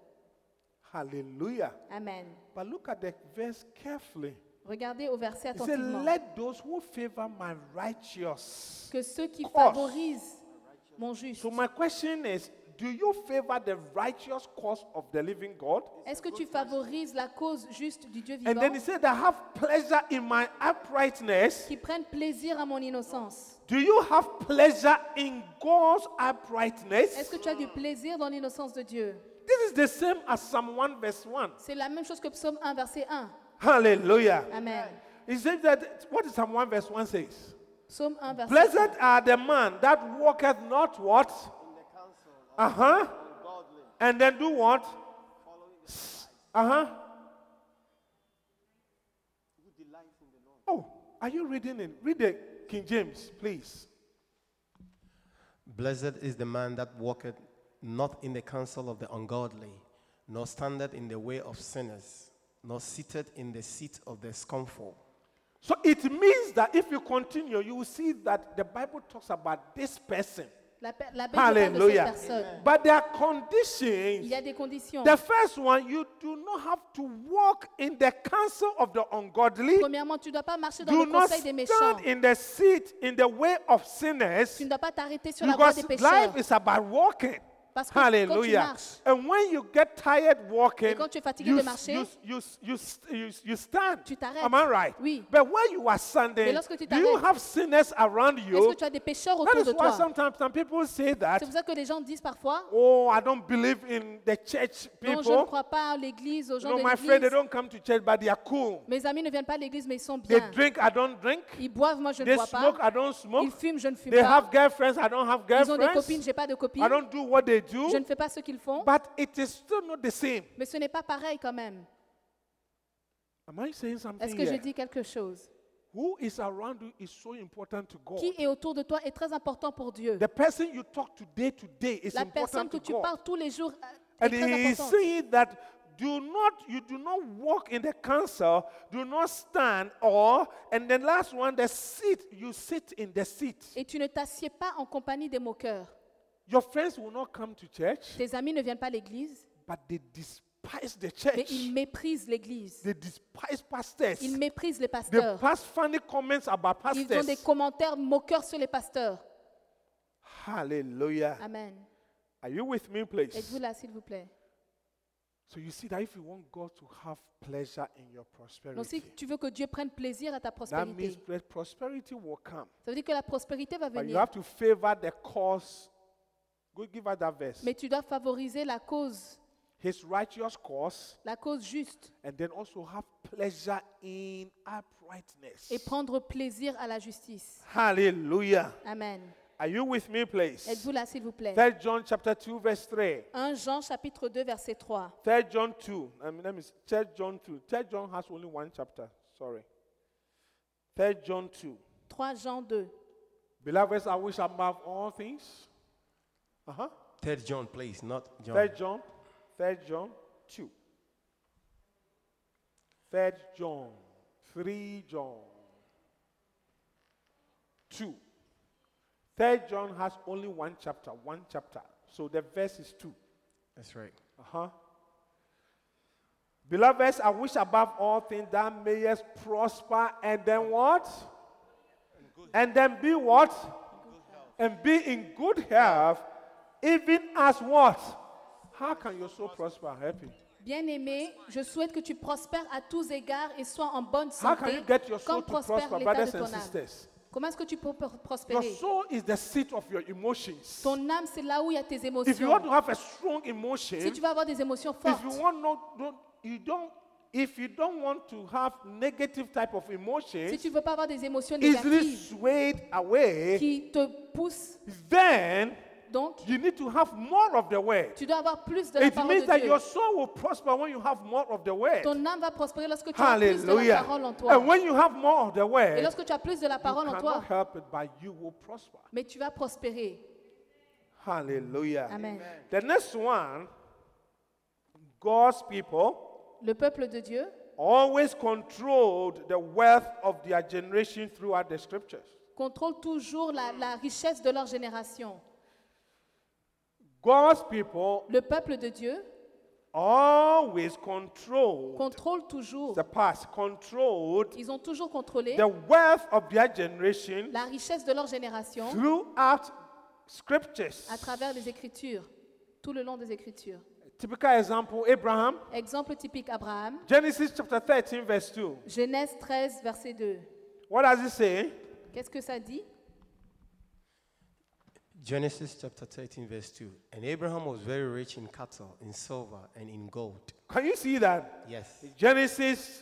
Speaker 2: Hallelujah.
Speaker 3: Amen.
Speaker 2: But look at the verse carefully.
Speaker 3: Regardez au verset
Speaker 2: It says,
Speaker 3: attentivement.
Speaker 2: Let those who favor my righteous.
Speaker 3: Que ceux qui
Speaker 2: Course.
Speaker 3: favorisent mon juste.
Speaker 2: So my question is, Do you favor the righteous cause of the living God?
Speaker 3: Est-ce que tu favorises la cause juste du Dieu
Speaker 2: And
Speaker 3: vivant
Speaker 2: then he said, I have pleasure in my uprightness.
Speaker 3: qui prenne plaisir à mon innocence
Speaker 2: Do you have pleasure in God's uprightness?
Speaker 3: Est-ce que tu as du plaisir dans l'innocence de Dieu
Speaker 2: This is the same as Psalm 1, verse 1.
Speaker 3: C'est la même chose que Psaume 1, verset 1.
Speaker 2: Hallelujah.
Speaker 3: Amen.
Speaker 2: He said that, what does Psalm 1, verse 1 says?
Speaker 3: Psaume 1, verset 1.
Speaker 2: Blessed are the man that walketh not what? Uh huh. And then do what? Uh huh. Oh, are you reading it? Read the King James, please.
Speaker 4: Blessed is the man that walketh not in the counsel of the ungodly, nor standeth in the way of sinners, nor sitteth in the seat of the scornful.
Speaker 2: So it means that if you continue, you will see that the Bible talks about this person.
Speaker 3: La, pe- la Bible parle de cette
Speaker 2: Hallelujah.
Speaker 3: personne.
Speaker 2: But there are
Speaker 3: Il
Speaker 2: conditions.
Speaker 3: y a des conditions.
Speaker 2: The first one, you do not have to walk in the counsel of the ungodly.
Speaker 3: Premièrement, tu ne dois pas marcher dans
Speaker 2: Do
Speaker 3: le
Speaker 2: not
Speaker 3: conseil des méchants.
Speaker 2: stand in the seat in the way of sinners
Speaker 3: Tu ne dois pas t'arrêter sur la voie des
Speaker 2: because
Speaker 3: pécheurs.
Speaker 2: life is about walking.
Speaker 3: Parce que quand tu
Speaker 2: Hallelujah.
Speaker 3: marches-
Speaker 2: And when you get tired walking,
Speaker 3: Et quand tu es fatigué
Speaker 2: you,
Speaker 3: de
Speaker 2: s-
Speaker 3: marcher,
Speaker 2: you, s- you, s- you, s- you, s- you stand.
Speaker 3: Tu t'arrêtes.
Speaker 2: Am I right?
Speaker 3: Oui.
Speaker 2: But when you are
Speaker 3: Mais
Speaker 2: standing,
Speaker 3: lorsque tu
Speaker 2: do you
Speaker 3: t'arrêtes,
Speaker 2: have sinners around
Speaker 3: Est-ce
Speaker 2: you?
Speaker 3: que tu as des pécheurs
Speaker 2: That
Speaker 3: autour de
Speaker 2: is why
Speaker 3: toi
Speaker 2: sometimes some people say that,
Speaker 3: C'est pour ça que les gens disent parfois
Speaker 2: oh, I don't believe in the church
Speaker 3: Non, je ne
Speaker 2: people.
Speaker 3: crois pas à l'église, aux
Speaker 2: You
Speaker 3: gens
Speaker 2: know,
Speaker 3: de
Speaker 2: my friend, they
Speaker 3: l'église.
Speaker 2: don't come to church, but they are cool.
Speaker 3: Mes amis ne viennent pas à l'église, mais ils sont
Speaker 2: They
Speaker 3: bien.
Speaker 2: drink, I don't drink.
Speaker 3: Ils boivent, moi je ne
Speaker 2: They
Speaker 3: bois
Speaker 2: smoke,
Speaker 3: pas.
Speaker 2: I don't
Speaker 3: Ils
Speaker 2: smoke.
Speaker 3: fument, je ne fume
Speaker 2: They have
Speaker 3: pas.
Speaker 2: girlfriends, I don't have
Speaker 3: Ils ont des copines,
Speaker 2: girlfriends.
Speaker 3: j'ai pas de
Speaker 2: I
Speaker 3: copines.
Speaker 2: don't do what they
Speaker 3: Je ne
Speaker 2: do.
Speaker 3: fais pas ce qu'ils font.
Speaker 2: But it is still not the same.
Speaker 3: Mais ce n'est pas pareil quand même.
Speaker 2: Am I saying
Speaker 3: Est-ce
Speaker 2: something
Speaker 3: que je
Speaker 2: here?
Speaker 3: dis quelque chose
Speaker 2: Who is around you is so important to God.
Speaker 3: Qui est autour de toi est très important pour Dieu.
Speaker 2: The person you talk to day to day is
Speaker 3: La personne
Speaker 2: important
Speaker 3: que
Speaker 2: to
Speaker 3: tu
Speaker 2: God.
Speaker 3: parles tous les jours euh, est
Speaker 2: And he
Speaker 3: très
Speaker 2: is
Speaker 3: importante.
Speaker 2: saying that do not you do not walk in the council, do not stand or and then last one, the seat, you sit in the seat.
Speaker 3: Et tu ne t'assieds pas en compagnie des moqueurs.
Speaker 2: Your friends will not come to church,
Speaker 3: Tes amis ne viennent pas à l'église,
Speaker 2: but they despise the
Speaker 3: mais
Speaker 2: church.
Speaker 3: ils méprisent l'église.
Speaker 2: They despise pastors.
Speaker 3: Ils méprisent les
Speaker 2: They
Speaker 3: pasteurs.
Speaker 2: pass funny comments about
Speaker 3: Ils ont des
Speaker 2: pastors.
Speaker 3: commentaires moqueurs sur les pasteurs.
Speaker 2: Hallelujah.
Speaker 3: Amen.
Speaker 2: Are you with me, please?
Speaker 3: Êtes-vous là, s'il vous plaît
Speaker 2: So you see that if you want God to have pleasure in your
Speaker 3: Donc, si
Speaker 2: prosperity,
Speaker 3: tu veux que Dieu prenne plaisir à ta
Speaker 2: that means
Speaker 3: prospérité,
Speaker 2: great prosperity will come.
Speaker 3: ça veut dire que la prospérité Bah,
Speaker 2: But
Speaker 3: va
Speaker 2: you
Speaker 3: venir.
Speaker 2: have to favor the cause. Go give us that verse.
Speaker 3: Mais tu dois favoriser la cause,
Speaker 2: His righteous cause,
Speaker 3: la cause juste,
Speaker 2: and then also have pleasure in uprightness.
Speaker 3: et prendre plaisir à la justice.
Speaker 2: Hallelujah.
Speaker 3: Amen.
Speaker 2: Are you with me, please?
Speaker 3: Êtes-vous là, s'il vous plaît
Speaker 2: 3 John chapter 2, verse 3.
Speaker 3: 1 Jean chapitre 2, verset 3.
Speaker 2: Third John two. I mean, let me. Third John two. Third John has only one chapter. Sorry. Third John two.
Speaker 3: 3 Jean 2.
Speaker 2: Beloveds, I wish above all things. Uh huh.
Speaker 4: Third John, please, not John.
Speaker 2: Third John. Third John two. Third John. Three John. Two. Third John has only one chapter. One chapter. So the verse is two.
Speaker 4: That's right.
Speaker 2: Uh-huh. Beloveds, I wish above all things that mayest prosper and then what? And then be what? And be in good health, even as what? How can your soul prosper? Happy.
Speaker 3: Bien-aimé, je souhaite que tu prospères à tous égards et sois en bonne
Speaker 2: How can you
Speaker 3: santé,
Speaker 2: get your soul
Speaker 3: comme
Speaker 2: to prosper,
Speaker 3: prospère l'état de
Speaker 2: brothers
Speaker 3: ton
Speaker 2: and
Speaker 3: âme.
Speaker 2: sisters?
Speaker 3: Comment est-ce que tu peux pr-
Speaker 2: Your
Speaker 3: prospérer
Speaker 2: soul is the seat of your emotions.
Speaker 3: Ton âme, c'est là où il y a tes
Speaker 2: If you
Speaker 3: émotions.
Speaker 2: want to have a strong emotion,
Speaker 3: Si tu veux avoir des émotions
Speaker 2: if
Speaker 3: fortes,
Speaker 2: you want not, don't, you don't, if you don't want to have negative type of emotions,
Speaker 3: si tu ne veux pas avoir des émotions
Speaker 2: easily
Speaker 3: négatives
Speaker 2: swayed away,
Speaker 3: qui te poussent,
Speaker 2: then
Speaker 3: donc
Speaker 2: you need to have more of the word.
Speaker 3: tu dois avoir plus de la
Speaker 2: It
Speaker 3: parole
Speaker 2: means
Speaker 3: de
Speaker 2: that
Speaker 3: Dieu.
Speaker 2: your soul will prosper when you have more of the word.
Speaker 3: Ton âme va prospérer lorsque tu as plus de la
Speaker 2: Hallelujah.
Speaker 3: parole en
Speaker 2: And
Speaker 3: toi.
Speaker 2: when you have more of the
Speaker 3: Et
Speaker 2: word, you
Speaker 3: lorsque tu as plus de la parole en toi,
Speaker 2: cannot help it, but you will prosper.
Speaker 3: mais tu vas prospérer.
Speaker 2: Hallelujah.
Speaker 3: Amen.
Speaker 2: The next one, God's people
Speaker 3: Le peuple de Dieu
Speaker 2: always controlled the wealth of their generation throughout the scriptures.
Speaker 3: contrôle toujours la, la richesse de leur génération.
Speaker 2: God's people
Speaker 3: Le peuple de Dieu
Speaker 2: always controlled
Speaker 3: contrôle toujours,
Speaker 2: the past, controlled
Speaker 3: ils ont toujours contrôlé
Speaker 2: the wealth of their generation
Speaker 3: la richesse de leur génération
Speaker 2: throughout scriptures.
Speaker 3: à travers les Écritures. tout le long des Écritures.
Speaker 2: Typical example Abraham,
Speaker 3: Exemple typique Abraham,
Speaker 2: Genesis chapter 13, verse 2.
Speaker 3: Genèse 13, verset 2.
Speaker 2: What does it say?
Speaker 3: Qu'est-ce que ça dit
Speaker 4: Genesis chapter 13, verse 2. And Abraham was very rich in cattle, in silver, and in gold.
Speaker 2: Can you see that?
Speaker 4: Yes.
Speaker 2: Genesis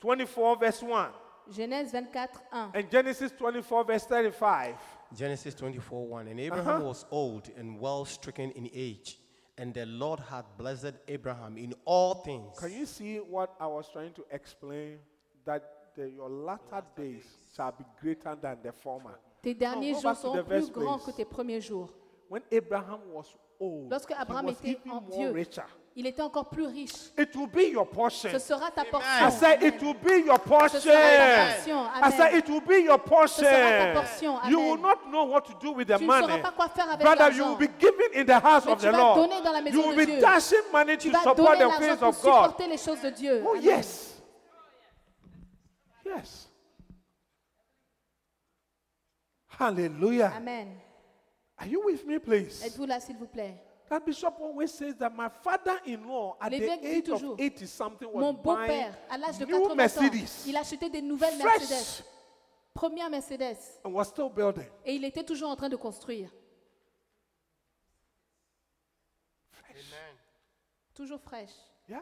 Speaker 2: 24, verse 1,
Speaker 3: Genèse 24, 1.
Speaker 2: and Genesis 24, verse 35.
Speaker 4: Genesis 24, 1. And Abraham
Speaker 2: Uh-huh.
Speaker 4: was old and well stricken in age, and the Lord had blessed Abraham in all things.
Speaker 2: Can you see what I was trying to explain? That the, your latter days shall be greater than the former.
Speaker 3: Tes derniers
Speaker 2: go
Speaker 3: jours
Speaker 2: back to
Speaker 3: sont
Speaker 2: the
Speaker 3: plus
Speaker 2: verse,
Speaker 3: grands
Speaker 2: please.
Speaker 3: que tes premiers jours.
Speaker 2: When Abraham was old,
Speaker 3: Lorsque Abraham
Speaker 2: he was
Speaker 3: était
Speaker 2: even
Speaker 3: en
Speaker 2: more
Speaker 3: Dieu,
Speaker 2: richer.
Speaker 3: il était encore plus riche.
Speaker 2: It will be your portion.
Speaker 3: Ce sera ta
Speaker 2: I
Speaker 3: portion.
Speaker 2: said it will be your portion.
Speaker 3: sera ta portion.
Speaker 2: I said
Speaker 3: Amen.
Speaker 2: it will be your portion.
Speaker 3: sera ta portion.
Speaker 2: You
Speaker 3: Amen.
Speaker 2: will not know what to do with the
Speaker 3: Tu ne
Speaker 2: money.
Speaker 3: sauras pas quoi faire avec
Speaker 2: Brother, you
Speaker 3: l'argent.
Speaker 2: will be giving in the house
Speaker 3: Mais
Speaker 2: of
Speaker 3: tu
Speaker 2: the
Speaker 3: vas
Speaker 2: Lord.
Speaker 3: donner dans la
Speaker 2: you
Speaker 3: maison
Speaker 2: will
Speaker 3: de
Speaker 2: be
Speaker 3: Dieu.
Speaker 2: dashing money
Speaker 3: Tu
Speaker 2: to
Speaker 3: vas
Speaker 2: support
Speaker 3: donner
Speaker 2: the
Speaker 3: l'argent
Speaker 2: things
Speaker 3: pour
Speaker 2: of God.
Speaker 3: supporter les choses de Dieu.
Speaker 2: Oh,
Speaker 3: Amen.
Speaker 2: yes. Yes. Hallelujah.
Speaker 3: Amen.
Speaker 2: Are you with me, please?
Speaker 3: Êtes-vous là, s'il vous plaît?
Speaker 2: That bishop always says that my father-in-law at
Speaker 3: L'évêque
Speaker 2: the
Speaker 3: dit
Speaker 2: age of
Speaker 3: toujours,
Speaker 2: 80 something was
Speaker 3: Mon
Speaker 2: buying
Speaker 3: beau-père, à l'âge de
Speaker 2: new
Speaker 3: 80 ans,
Speaker 2: Mercedes,
Speaker 3: il achetait des nouvelles
Speaker 2: fresh,
Speaker 3: Mercedes. Première Mercedes.
Speaker 2: and was still building.
Speaker 3: Et il était toujours en train de construire. Toujours fraîche.
Speaker 2: Yeah.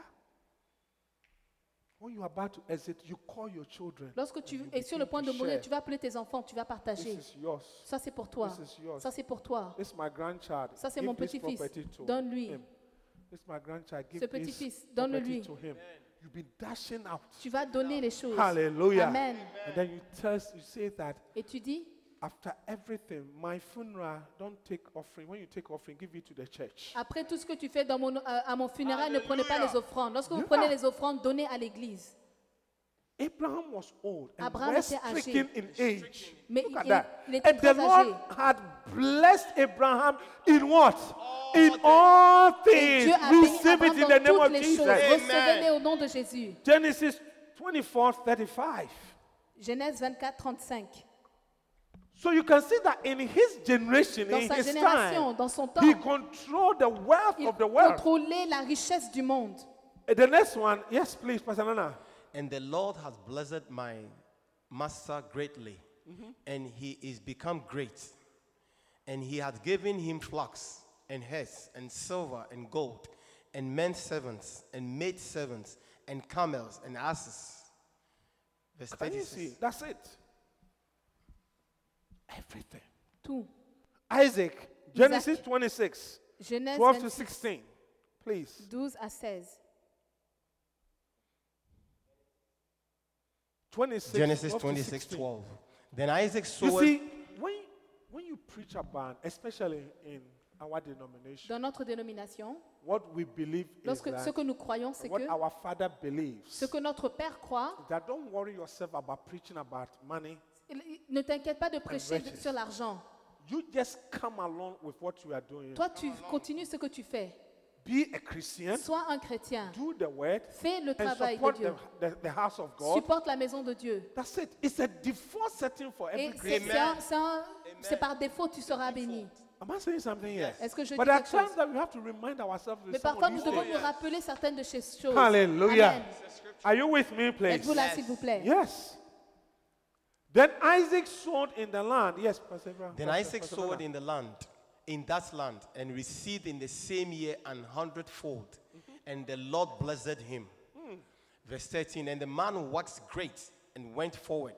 Speaker 2: When you are about to exit, you call your children.
Speaker 3: Lorsque tu es sur le point de
Speaker 2: to
Speaker 3: mourir,
Speaker 2: share.
Speaker 3: tu vas appeler tes enfants, tu vas
Speaker 2: This
Speaker 3: partager.
Speaker 2: is yours.
Speaker 3: Ça c'est pour toi.
Speaker 2: This is yours.
Speaker 3: Ça c'est pour toi.
Speaker 2: This is my grandchild.
Speaker 3: Ça, c'est
Speaker 2: Give
Speaker 3: mon
Speaker 2: this
Speaker 3: petit-fils.
Speaker 2: property to
Speaker 3: Donne-lui.
Speaker 2: him. This is my grandchild. Give
Speaker 3: Ce
Speaker 2: this
Speaker 3: petit-fils, donne-le-lui.
Speaker 2: property to him. You've been dashing out.
Speaker 3: Tu vas donner les choses.
Speaker 2: Hallelujah.
Speaker 3: Amen.
Speaker 2: And then you tell, you say that
Speaker 3: Et tu dis,
Speaker 2: after everything, my funeral, don't take offering. When you take offering, give it to the church.
Speaker 3: après tout ce que tu fais dans mon- euh, à mon funérail, ne prenez pas les offrandes. Lorsque vous prenez les offrandes, donnez à l'église.
Speaker 2: Abraham was old and
Speaker 3: Abraham
Speaker 2: was
Speaker 3: était âgé.
Speaker 2: stricken in age.
Speaker 3: Mais
Speaker 2: Look
Speaker 3: il-
Speaker 2: at
Speaker 3: il-
Speaker 2: that.
Speaker 3: il était
Speaker 2: and the
Speaker 3: très
Speaker 2: Lord
Speaker 3: âgé.
Speaker 2: had blessed Abraham in what? in all
Speaker 3: Et
Speaker 2: things.
Speaker 3: Dieu a béni
Speaker 2: Receive
Speaker 3: Abraham
Speaker 2: it in the name
Speaker 3: dans
Speaker 2: of
Speaker 3: toutes les
Speaker 2: Jesus.
Speaker 3: choses. Recevez-les au nom de Jésus.
Speaker 2: Genesis 24, 35.
Speaker 3: Genèse 24, 35.
Speaker 2: So you can see that in his generation,
Speaker 3: Dans
Speaker 2: in
Speaker 3: sa
Speaker 2: his
Speaker 3: génération,
Speaker 2: time,
Speaker 3: dans son
Speaker 2: he
Speaker 3: temps,
Speaker 2: controlled the wealth
Speaker 3: il
Speaker 2: of the world.
Speaker 3: contrôlait la richesse du monde.
Speaker 2: And the next one, yes, please, Pastor Nana.
Speaker 4: And the Lord has blessed my master greatly,
Speaker 2: Mm-hmm.
Speaker 4: and he is become great. And he hath given him flocks, and herds, and silver, and gold, and men servants, and maid servants, and camels, and asses. Verse
Speaker 2: Can you see?
Speaker 4: 36.
Speaker 2: That's it. Everything.
Speaker 3: Tout.
Speaker 2: Isaac, Genesis
Speaker 3: Isaac.
Speaker 2: 26,
Speaker 3: Genèse
Speaker 2: 12 to
Speaker 3: 26,
Speaker 2: 16. Please.
Speaker 3: 12 à 16.
Speaker 2: 26,
Speaker 4: Genesis
Speaker 2: 12 to
Speaker 4: 26,
Speaker 2: 16.
Speaker 4: 12. Then Isaac
Speaker 2: You
Speaker 4: sowed.
Speaker 2: see, when, when you preach about, especially in our denomination,
Speaker 3: Dans notre dénomination,
Speaker 2: what we believe is
Speaker 3: lorsque, ce
Speaker 2: that
Speaker 3: que nous croyons, c'est
Speaker 2: what
Speaker 3: que
Speaker 2: our father believes.
Speaker 3: ce que notre Père croit,
Speaker 2: That don't worry yourself about preaching about money.
Speaker 3: il- il- ne t'inquiète pas de prêcher
Speaker 2: riches.
Speaker 3: sur l'argent.
Speaker 2: You just come along with what you are doing.
Speaker 3: Toi, tu continues ce que tu fais.
Speaker 2: Be a Christian,
Speaker 3: Sois un chrétien.
Speaker 2: do the word,
Speaker 3: Fais le
Speaker 2: and
Speaker 3: travail de
Speaker 2: support
Speaker 3: Dieu.
Speaker 2: the, the, the house of God.
Speaker 3: Supporte la maison de Dieu.
Speaker 2: That's it. It's a default setting for every
Speaker 3: Et c'est-
Speaker 2: Christian.
Speaker 3: c'est un- c'est un- c'est par défaut tu seras béni.
Speaker 2: Am I saying something here?
Speaker 3: Est-ce que je
Speaker 2: but
Speaker 3: dis
Speaker 2: there are
Speaker 3: quelque chose?
Speaker 2: times that we have to remind ourselves
Speaker 3: Mais
Speaker 2: with some
Speaker 3: parfois,
Speaker 2: of
Speaker 3: nous
Speaker 2: these
Speaker 3: devons
Speaker 2: things.
Speaker 3: nous rappeler certaines de ces choses.
Speaker 2: Hallelujah.
Speaker 3: Amen.
Speaker 2: Are you with me, please?
Speaker 3: Êtes-vous là, s'il vous plaît?
Speaker 2: Yes. Then Isaac sowed in the land. Yes, Pastor Abraham.
Speaker 4: Then
Speaker 2: Pastor-
Speaker 4: Isaac
Speaker 2: Pastor
Speaker 4: sowed
Speaker 2: Bernard.
Speaker 4: in the land, in that land, and received in the same year an hundredfold.
Speaker 2: Mm-hmm.
Speaker 4: And the Lord blessed him.
Speaker 2: Mm.
Speaker 4: Verse 13 And the man waxed great and went forward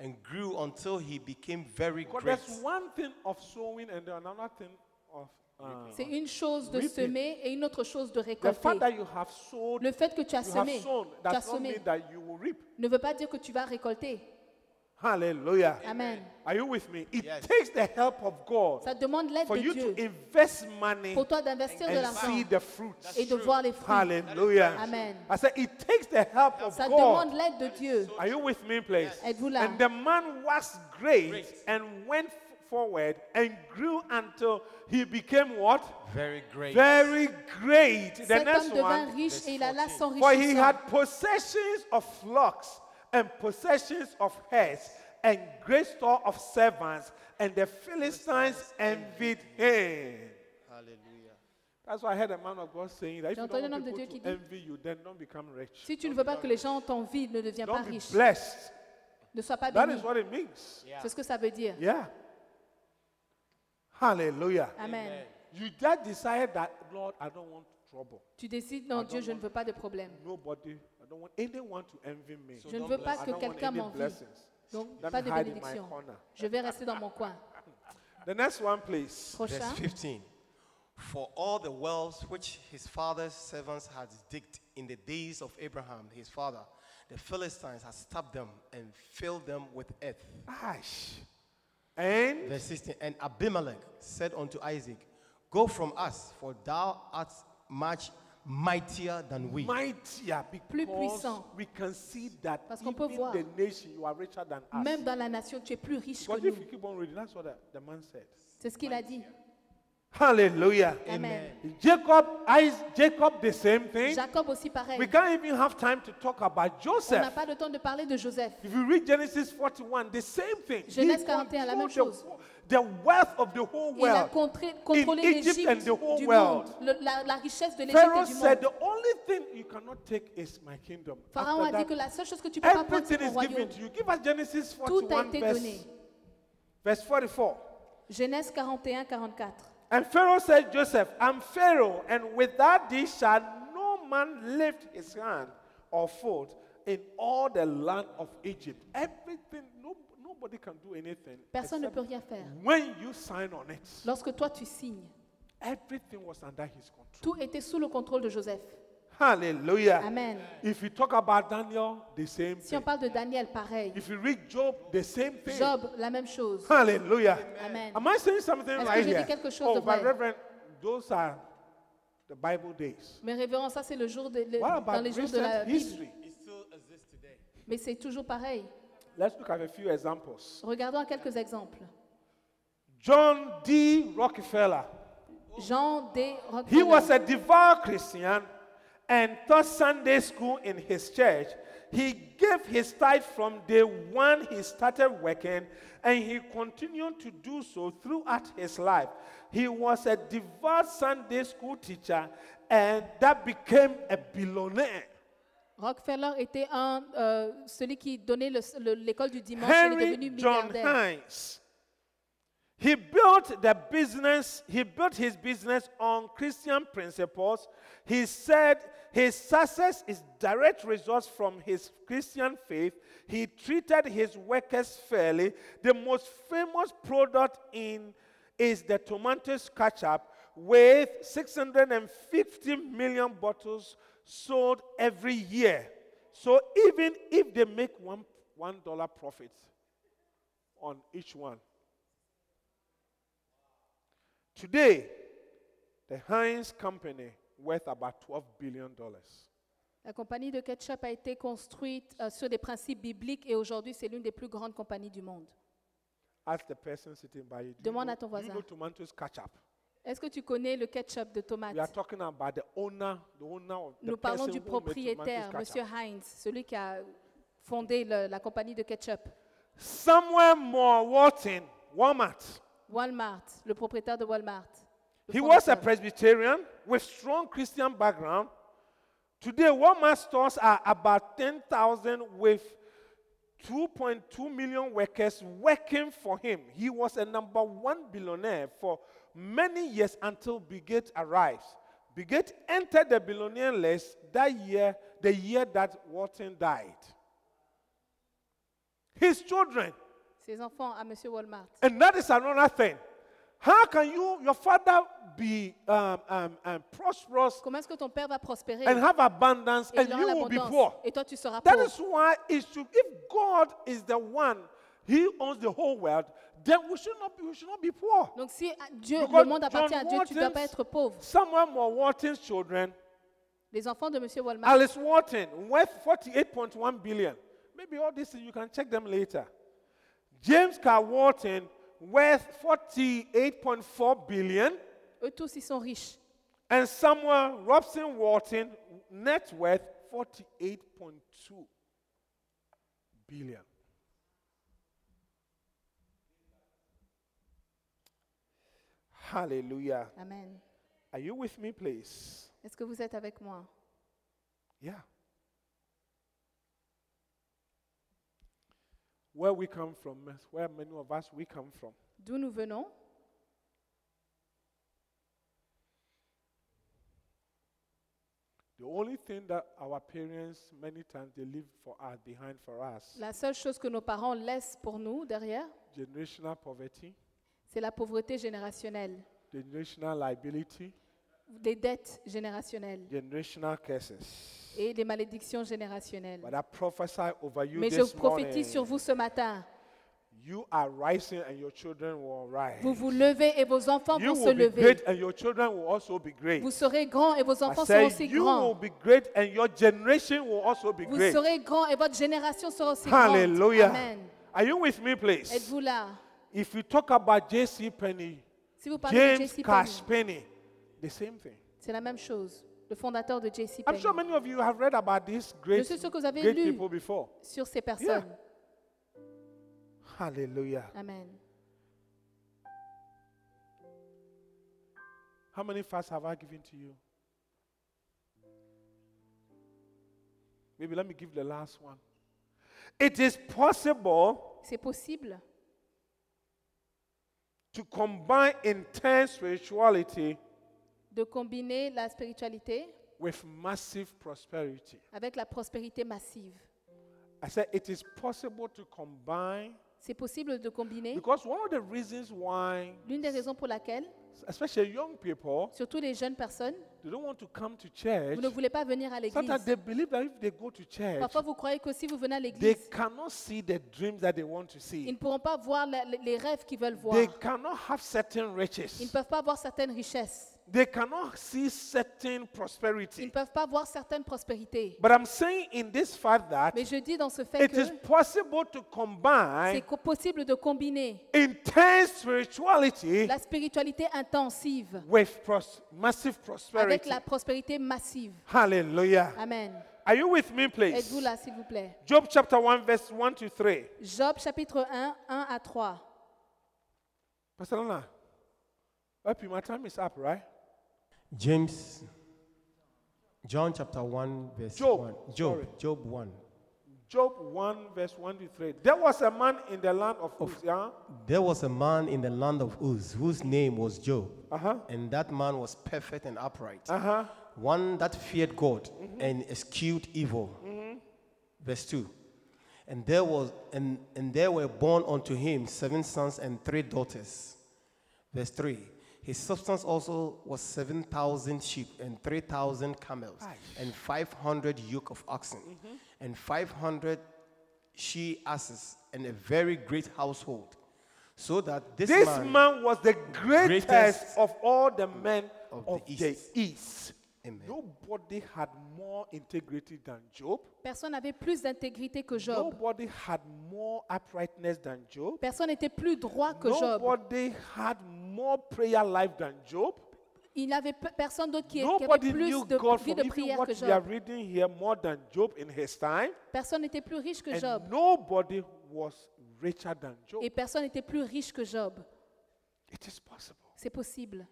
Speaker 4: and grew until he became very
Speaker 2: Because
Speaker 4: great.
Speaker 2: there's one thing of sowing and then another thing of. uh,
Speaker 3: C'est une chose de
Speaker 2: Repeat.
Speaker 3: semer et une autre chose de
Speaker 2: the
Speaker 3: récolter.
Speaker 2: fact that you have sowed,
Speaker 3: Le fait que tu as
Speaker 2: you have
Speaker 3: semé,
Speaker 2: sown,
Speaker 3: tu as
Speaker 2: does not
Speaker 3: semé,
Speaker 2: mean that you will reap.
Speaker 3: ne veut pas dire que tu vas récolter.
Speaker 2: Hallelujah.
Speaker 3: Amen.
Speaker 2: Are you with me? It
Speaker 4: Yes.
Speaker 2: takes the help of God
Speaker 3: Ça demande l'aide
Speaker 2: for you
Speaker 3: de
Speaker 2: to
Speaker 3: Dieu
Speaker 2: invest money
Speaker 3: pour toi d'investir de
Speaker 2: and
Speaker 3: l'argent
Speaker 2: see the fruits.
Speaker 3: et de voir les fruits.
Speaker 2: Hallelujah.
Speaker 3: Amen.
Speaker 2: I said, it takes the help of
Speaker 3: Ça
Speaker 2: God.
Speaker 3: demande l'aide de Dieu.
Speaker 2: Are you with me, please?
Speaker 3: Êtes-vous là?
Speaker 2: And the man was great, and went f- forward and grew until he became what?
Speaker 4: Very great.
Speaker 2: Very great. The
Speaker 3: Cet homme
Speaker 2: next
Speaker 3: devint
Speaker 2: one.
Speaker 3: riche et il alla
Speaker 2: For he
Speaker 3: s'enrichir.
Speaker 2: had possessions of flocks and possessions of herds and great store of servants, and the Philistines envied him.
Speaker 4: Hallelujah.
Speaker 2: That's why I heard a man of God saying that if
Speaker 3: J'ai
Speaker 2: you
Speaker 3: entendu
Speaker 2: don't
Speaker 3: un
Speaker 2: want
Speaker 3: homme de
Speaker 2: people
Speaker 3: Dieu qui
Speaker 2: to
Speaker 3: dit-
Speaker 2: envy you, then don't become rich.
Speaker 3: Si tu ne veux pas que les gens t'envient, ne deviens pas
Speaker 2: Don't be
Speaker 3: riche.
Speaker 2: blessed.
Speaker 3: Ne sois pas
Speaker 2: That is
Speaker 3: béni.
Speaker 2: what it means.
Speaker 3: C'est ce que ça veut dire.
Speaker 2: Yeah. Hallelujah.
Speaker 3: Amen.
Speaker 2: You just decided that, Lord, I don't want trouble.
Speaker 3: Tu décides, non, Dieu, je ne veux pas de problème.
Speaker 2: Nobody, I don't want anyone to envy me.
Speaker 3: Je ne veux pas
Speaker 2: I
Speaker 3: que
Speaker 2: don't want
Speaker 3: quelqu'un
Speaker 2: any
Speaker 3: m'envie.
Speaker 2: blessings.
Speaker 3: Donc,
Speaker 2: Let
Speaker 3: pas
Speaker 2: me
Speaker 3: de
Speaker 2: hide in my
Speaker 3: bénédiction.
Speaker 2: corner.
Speaker 3: Je vais rester dans mon coin.
Speaker 2: The next one, please.
Speaker 4: Verse
Speaker 3: Prochain.
Speaker 4: 15. For all the wells which his father's servants had digged in the days of Abraham, his father, the Philistines had stopped them and filled them with earth.
Speaker 2: Ash. And
Speaker 4: Verse 16. And Abimelech said unto Isaac, Go from us, for thou art much mightier than we.
Speaker 2: mightier
Speaker 3: Plus
Speaker 2: because
Speaker 3: puissant.
Speaker 2: we can see that
Speaker 3: Parce qu'on
Speaker 2: even
Speaker 3: peut voir.
Speaker 2: the nation you are richer than us.
Speaker 3: Même dans la nation, tu es plus riche que
Speaker 2: Because if
Speaker 3: nous.
Speaker 2: you keep on reading, that's what the, the man said.
Speaker 3: C'est ce qu'il a dit.
Speaker 2: Hallelujah.
Speaker 3: Amen.
Speaker 2: Jacob, Is Jacob, the same thing.
Speaker 3: Jacob aussi pareil.
Speaker 2: We can't even have time to talk about
Speaker 3: On
Speaker 2: Joseph.
Speaker 3: n'a pas le temps de parler de Joseph.
Speaker 2: If you read Genesis 41, the same thing. He
Speaker 3: Genèse 41, la même
Speaker 2: controlled
Speaker 3: chose.
Speaker 2: The, wo- the wealth of the whole
Speaker 3: Il a
Speaker 2: world.
Speaker 3: contré- contrôlé
Speaker 2: In Egypt
Speaker 3: l'Égypte
Speaker 2: and the whole
Speaker 3: du
Speaker 2: world.
Speaker 3: monde. Le- la, la richesse de l'Égypte
Speaker 2: Pharaoh
Speaker 3: et du
Speaker 2: said,
Speaker 3: monde.
Speaker 2: The only thing you cannot take is my kingdom.
Speaker 3: Pharaon a
Speaker 2: After
Speaker 3: dit
Speaker 2: that,
Speaker 3: que la seule chose que tu peux pas prendre, c'est
Speaker 2: everything
Speaker 3: mon
Speaker 2: is given
Speaker 3: royaume.
Speaker 2: to you. Give us Genesis
Speaker 3: Tout a
Speaker 2: 41,
Speaker 3: été
Speaker 2: verse,
Speaker 3: donné.
Speaker 2: verse 44.
Speaker 3: Genèse 41, 44.
Speaker 2: And Pharaoh said, Joseph, I'm Pharaoh, and without thee shall no man lift his hand or foot in all the land of Egypt. Everything, no, nobody can do anything.
Speaker 3: Personne ne
Speaker 2: except
Speaker 3: peut rien faire.
Speaker 2: When you sign on it,
Speaker 3: Lorsque toi, tu signes,
Speaker 2: everything was under his control.
Speaker 3: tout était sous le contrôle de Joseph.
Speaker 2: Hallelujah.
Speaker 3: Amen.
Speaker 2: If you talk about Daniel, the same
Speaker 3: Si on
Speaker 2: thing.
Speaker 3: parle de Daniel, pareil.
Speaker 2: If you read Job, the same thing.
Speaker 3: Job, la même chose.
Speaker 2: Hallelujah.
Speaker 3: Amen.
Speaker 2: Am I saying something
Speaker 3: Est-ce que
Speaker 2: right
Speaker 3: j'ai dit
Speaker 2: here?
Speaker 3: quelque chose
Speaker 2: oh,
Speaker 3: de
Speaker 2: but
Speaker 3: vrai?
Speaker 2: Reverend, those are the Bible days.
Speaker 3: Mais révérend, ça c'est le jour de, le-
Speaker 2: What
Speaker 3: Euh, dans
Speaker 2: about
Speaker 3: les jours de la
Speaker 2: recent
Speaker 3: Bible.
Speaker 2: history?
Speaker 3: Mais c'est toujours pareil.
Speaker 2: Let's look at a few examples.
Speaker 3: Regardons à quelques exemples.
Speaker 2: John D. Rockefeller.
Speaker 3: Jean D. Rockefeller.
Speaker 2: He was a devout Christian and taught Sunday school in his church. He gave his tithe from day one he started working, and he continued to do so throughout his life. He was a devout Sunday school teacher, and that became a billionaire.
Speaker 3: Rockefeller était un, euh, celui qui donnait le- le- l'école du dimanche. il est
Speaker 2: Henry
Speaker 3: devenu
Speaker 2: John
Speaker 3: milliardaire.
Speaker 2: Hines. He built the business, he built his business on Christian principles. He said his success is direct results from his Christian faith. He treated his workers fairly. The most famous product in is the tomato ketchup with 650 million bottles sold every year. So even if they make one, one dollar profit on each one, Today, the Heinz company worth about 12 billion dollars.
Speaker 3: La compagnie de ketchup a été construite euh, sur des principes bibliques et aujourd'hui c'est l'une des plus grandes compagnies du monde.
Speaker 2: Ask the person sitting by you. do
Speaker 3: Demande
Speaker 2: you
Speaker 3: à ton
Speaker 2: know, do you know
Speaker 3: voisin.
Speaker 2: tomatoes ketchup.
Speaker 3: Est-ce que tu connais le ketchup de tomate
Speaker 2: We are talking about the owner, the owner of the
Speaker 3: Nous parlons
Speaker 2: person
Speaker 3: du
Speaker 2: who made tomatoes
Speaker 3: propriétaire, Monsieur
Speaker 2: ketchup.
Speaker 3: Heinz, celui qui a fondé le- la compagnie de ketchup.
Speaker 2: Somewhere more Walton, Walmart.
Speaker 3: Walmart, le propriétaire de Walmart. le
Speaker 2: He was a
Speaker 3: fondateur.
Speaker 2: Presbyterian with strong Christian background. Today, Walmart stores are about 10,000 with 2.2 million workers working for him. He was a number one billionaire for many years until Bigot arrived. Bigot entered the billionaire list that year, the year that Walton died. His children
Speaker 3: Ses enfants à Monsieur Walmart.
Speaker 2: and that is another thing. How can you, your father, be um, um, um, prosperous
Speaker 3: Comment est-ce que ton père va prospérer
Speaker 2: and have abundance,
Speaker 3: et
Speaker 2: and
Speaker 3: il aura
Speaker 2: you will be poor?
Speaker 3: l'abondance et toi tu seras
Speaker 2: That
Speaker 3: pauvre.
Speaker 2: is why it should. If God is the one, He owns the whole world. Then we should not be. We should not be poor.
Speaker 3: Donc si ah, Dieu,
Speaker 2: Because
Speaker 3: le monde appartient à
Speaker 2: John
Speaker 3: Dieu, tu ne dois
Speaker 2: Walton's-
Speaker 3: pas être pauvre.
Speaker 2: Samuel Moore Walton's children,
Speaker 3: Les enfants de Monsieur Walmart,
Speaker 2: Alice Walton, worth 48.1 billion. Maybe all this you can check them later. James Carr Walton, worth 48.4 billion.
Speaker 3: eux tous ils sont riches.
Speaker 2: And Samuel Robson Walton, net worth 48.2 billion. Hallelujah.
Speaker 3: Amen.
Speaker 2: Are you with me, please?
Speaker 3: Est-ce que vous êtes avec moi
Speaker 2: Yeah. Where we come from, is where many of us we come from.
Speaker 3: D'où nous venons
Speaker 2: The only thing that our parents many times they leave for us behind for us
Speaker 3: La seule chose que nos parents laissent pour nous derrière,
Speaker 2: generational poverty,
Speaker 3: c'est la pauvreté générationnelle,
Speaker 2: generational liability,
Speaker 3: des dettes générationnelles
Speaker 2: generational curses.
Speaker 3: et des malédictions générationnelles.
Speaker 2: But I prophesy over you
Speaker 3: Mais je
Speaker 2: this morning.
Speaker 3: prophétise sur vous ce matin.
Speaker 2: You are rising and your children will rise.
Speaker 3: Vous vous levez et vos enfants
Speaker 2: you
Speaker 3: vont se
Speaker 2: will be
Speaker 3: lever.
Speaker 2: great and your children will also be great.
Speaker 3: Vous serez grands et vos
Speaker 2: I
Speaker 3: enfants seront
Speaker 2: say
Speaker 3: aussi
Speaker 2: you will
Speaker 3: grands.
Speaker 2: be great and your generation will also be
Speaker 3: Vous
Speaker 2: great.
Speaker 3: serez grands et votre génération sera aussi grande.
Speaker 2: Hallelujah.
Speaker 3: Amen.
Speaker 2: Are you with me, please?
Speaker 3: Êtes-vous là
Speaker 2: If you talk about J.C. Penny,
Speaker 3: Si vous parlez de
Speaker 2: James
Speaker 3: JCPenney,
Speaker 2: Cash Penny, the same thing.
Speaker 3: c'est la même chose. Le fondateur de JCPenney.
Speaker 2: I'm sure many of you have read about these great,
Speaker 3: suis sûr que vous avez
Speaker 2: great
Speaker 3: lu.
Speaker 2: people before.
Speaker 3: Sur ces personnes.
Speaker 2: Hallelujah.
Speaker 3: Amen.
Speaker 2: How many fasts have I given to you? Maybe let me give the last one. It is possible
Speaker 3: C'est possible
Speaker 2: to combine intense spirituality
Speaker 3: de combiner la spiritualité
Speaker 2: with massive prosperity.
Speaker 3: avec la prospérité massive.
Speaker 2: I said it is possible to combine
Speaker 3: C'est possible de combiner.
Speaker 2: because one of the reasons why,
Speaker 3: L'une des raisons pour laquelle,
Speaker 2: especially young people,
Speaker 3: surtout les jeunes personnes,
Speaker 2: they don't want to come to church.
Speaker 3: vous ne voulez pas venir à l'église.
Speaker 2: Sometimes they believe that if they go to church,
Speaker 3: Parfois, vous croyez que si vous venez à
Speaker 2: they
Speaker 3: l'église,
Speaker 2: cannot see the dreams that they want to
Speaker 3: ils
Speaker 2: see.
Speaker 3: ne pourront pas voir la- les les rêves qu'ils veulent voir.
Speaker 2: They cannot have certain
Speaker 3: Ils ne
Speaker 2: riches.
Speaker 3: peuvent pas voir certaines richesses.
Speaker 2: They cannot see certain
Speaker 3: Ils ne
Speaker 2: prosperity.
Speaker 3: peuvent pas voir certaines prospérités.
Speaker 2: But I'm saying in this fact that
Speaker 3: Mais je dis dans ce fait
Speaker 2: it
Speaker 3: que
Speaker 2: is possible to
Speaker 3: c'est
Speaker 2: combine
Speaker 3: co- possible de combiner
Speaker 2: intense spirituality
Speaker 3: la spiritualité intensive
Speaker 2: with pros- massive
Speaker 3: avec
Speaker 2: prosperity.
Speaker 3: la prospérité massive.
Speaker 2: Hallelujah.
Speaker 3: Amen.
Speaker 2: Are you with me,
Speaker 3: Êtes-vous
Speaker 2: please?
Speaker 3: là, s'il vous plaît?
Speaker 2: Job chapter 1, verse 1 to 3.
Speaker 3: Job chapitre 1, 1 à 3.
Speaker 2: Pastor Lana, Happy, my time is up, right?
Speaker 4: James, John chapter 1, verse
Speaker 2: Job,
Speaker 4: 1. Job,
Speaker 2: sorry.
Speaker 4: Job 1.
Speaker 2: Job 1, verse 1 to 3. There was a man in the land of Uzziah.
Speaker 4: There was a man in the land of Uz whose name was Job,
Speaker 2: Uh-huh.
Speaker 4: and that man was perfect and upright,
Speaker 2: Uh-huh.
Speaker 4: one that feared God and eschewed evil. Verse 2. And there was and, and there were born unto him seven sons and three daughters. Verse 3. His substance also was 7,000 sheep and 3,000 camels and 500 yoke of oxen and 500 she asses and a very great household. So that this,
Speaker 2: This man was the greatest,
Speaker 4: Greatest
Speaker 2: of all the men of,
Speaker 4: of the
Speaker 2: the,
Speaker 4: East.
Speaker 2: East.
Speaker 4: Amen.
Speaker 2: Nobody had more integrity than Job.
Speaker 3: Personne n'avait plus d'intégrité que Job.
Speaker 2: Nobody had more uprightness than Job.
Speaker 3: Personne n'était plus droit que Job.
Speaker 2: Nobody had more prayer life than Job.
Speaker 3: Il n'avait pe- personne d'autre qui, qui avait
Speaker 2: Nobody
Speaker 3: plus
Speaker 2: knew
Speaker 3: de
Speaker 2: God
Speaker 3: vie
Speaker 2: from
Speaker 3: de
Speaker 2: even
Speaker 3: prière
Speaker 2: what
Speaker 3: que
Speaker 2: we are
Speaker 3: Job.
Speaker 2: reading here more than Job in his time.
Speaker 3: Personne n'était plus riche que
Speaker 2: And
Speaker 3: Job.
Speaker 2: nobody was richer than Job.
Speaker 3: Et personne n'était plus riche que Job.
Speaker 2: it is possible.
Speaker 3: C'est possible.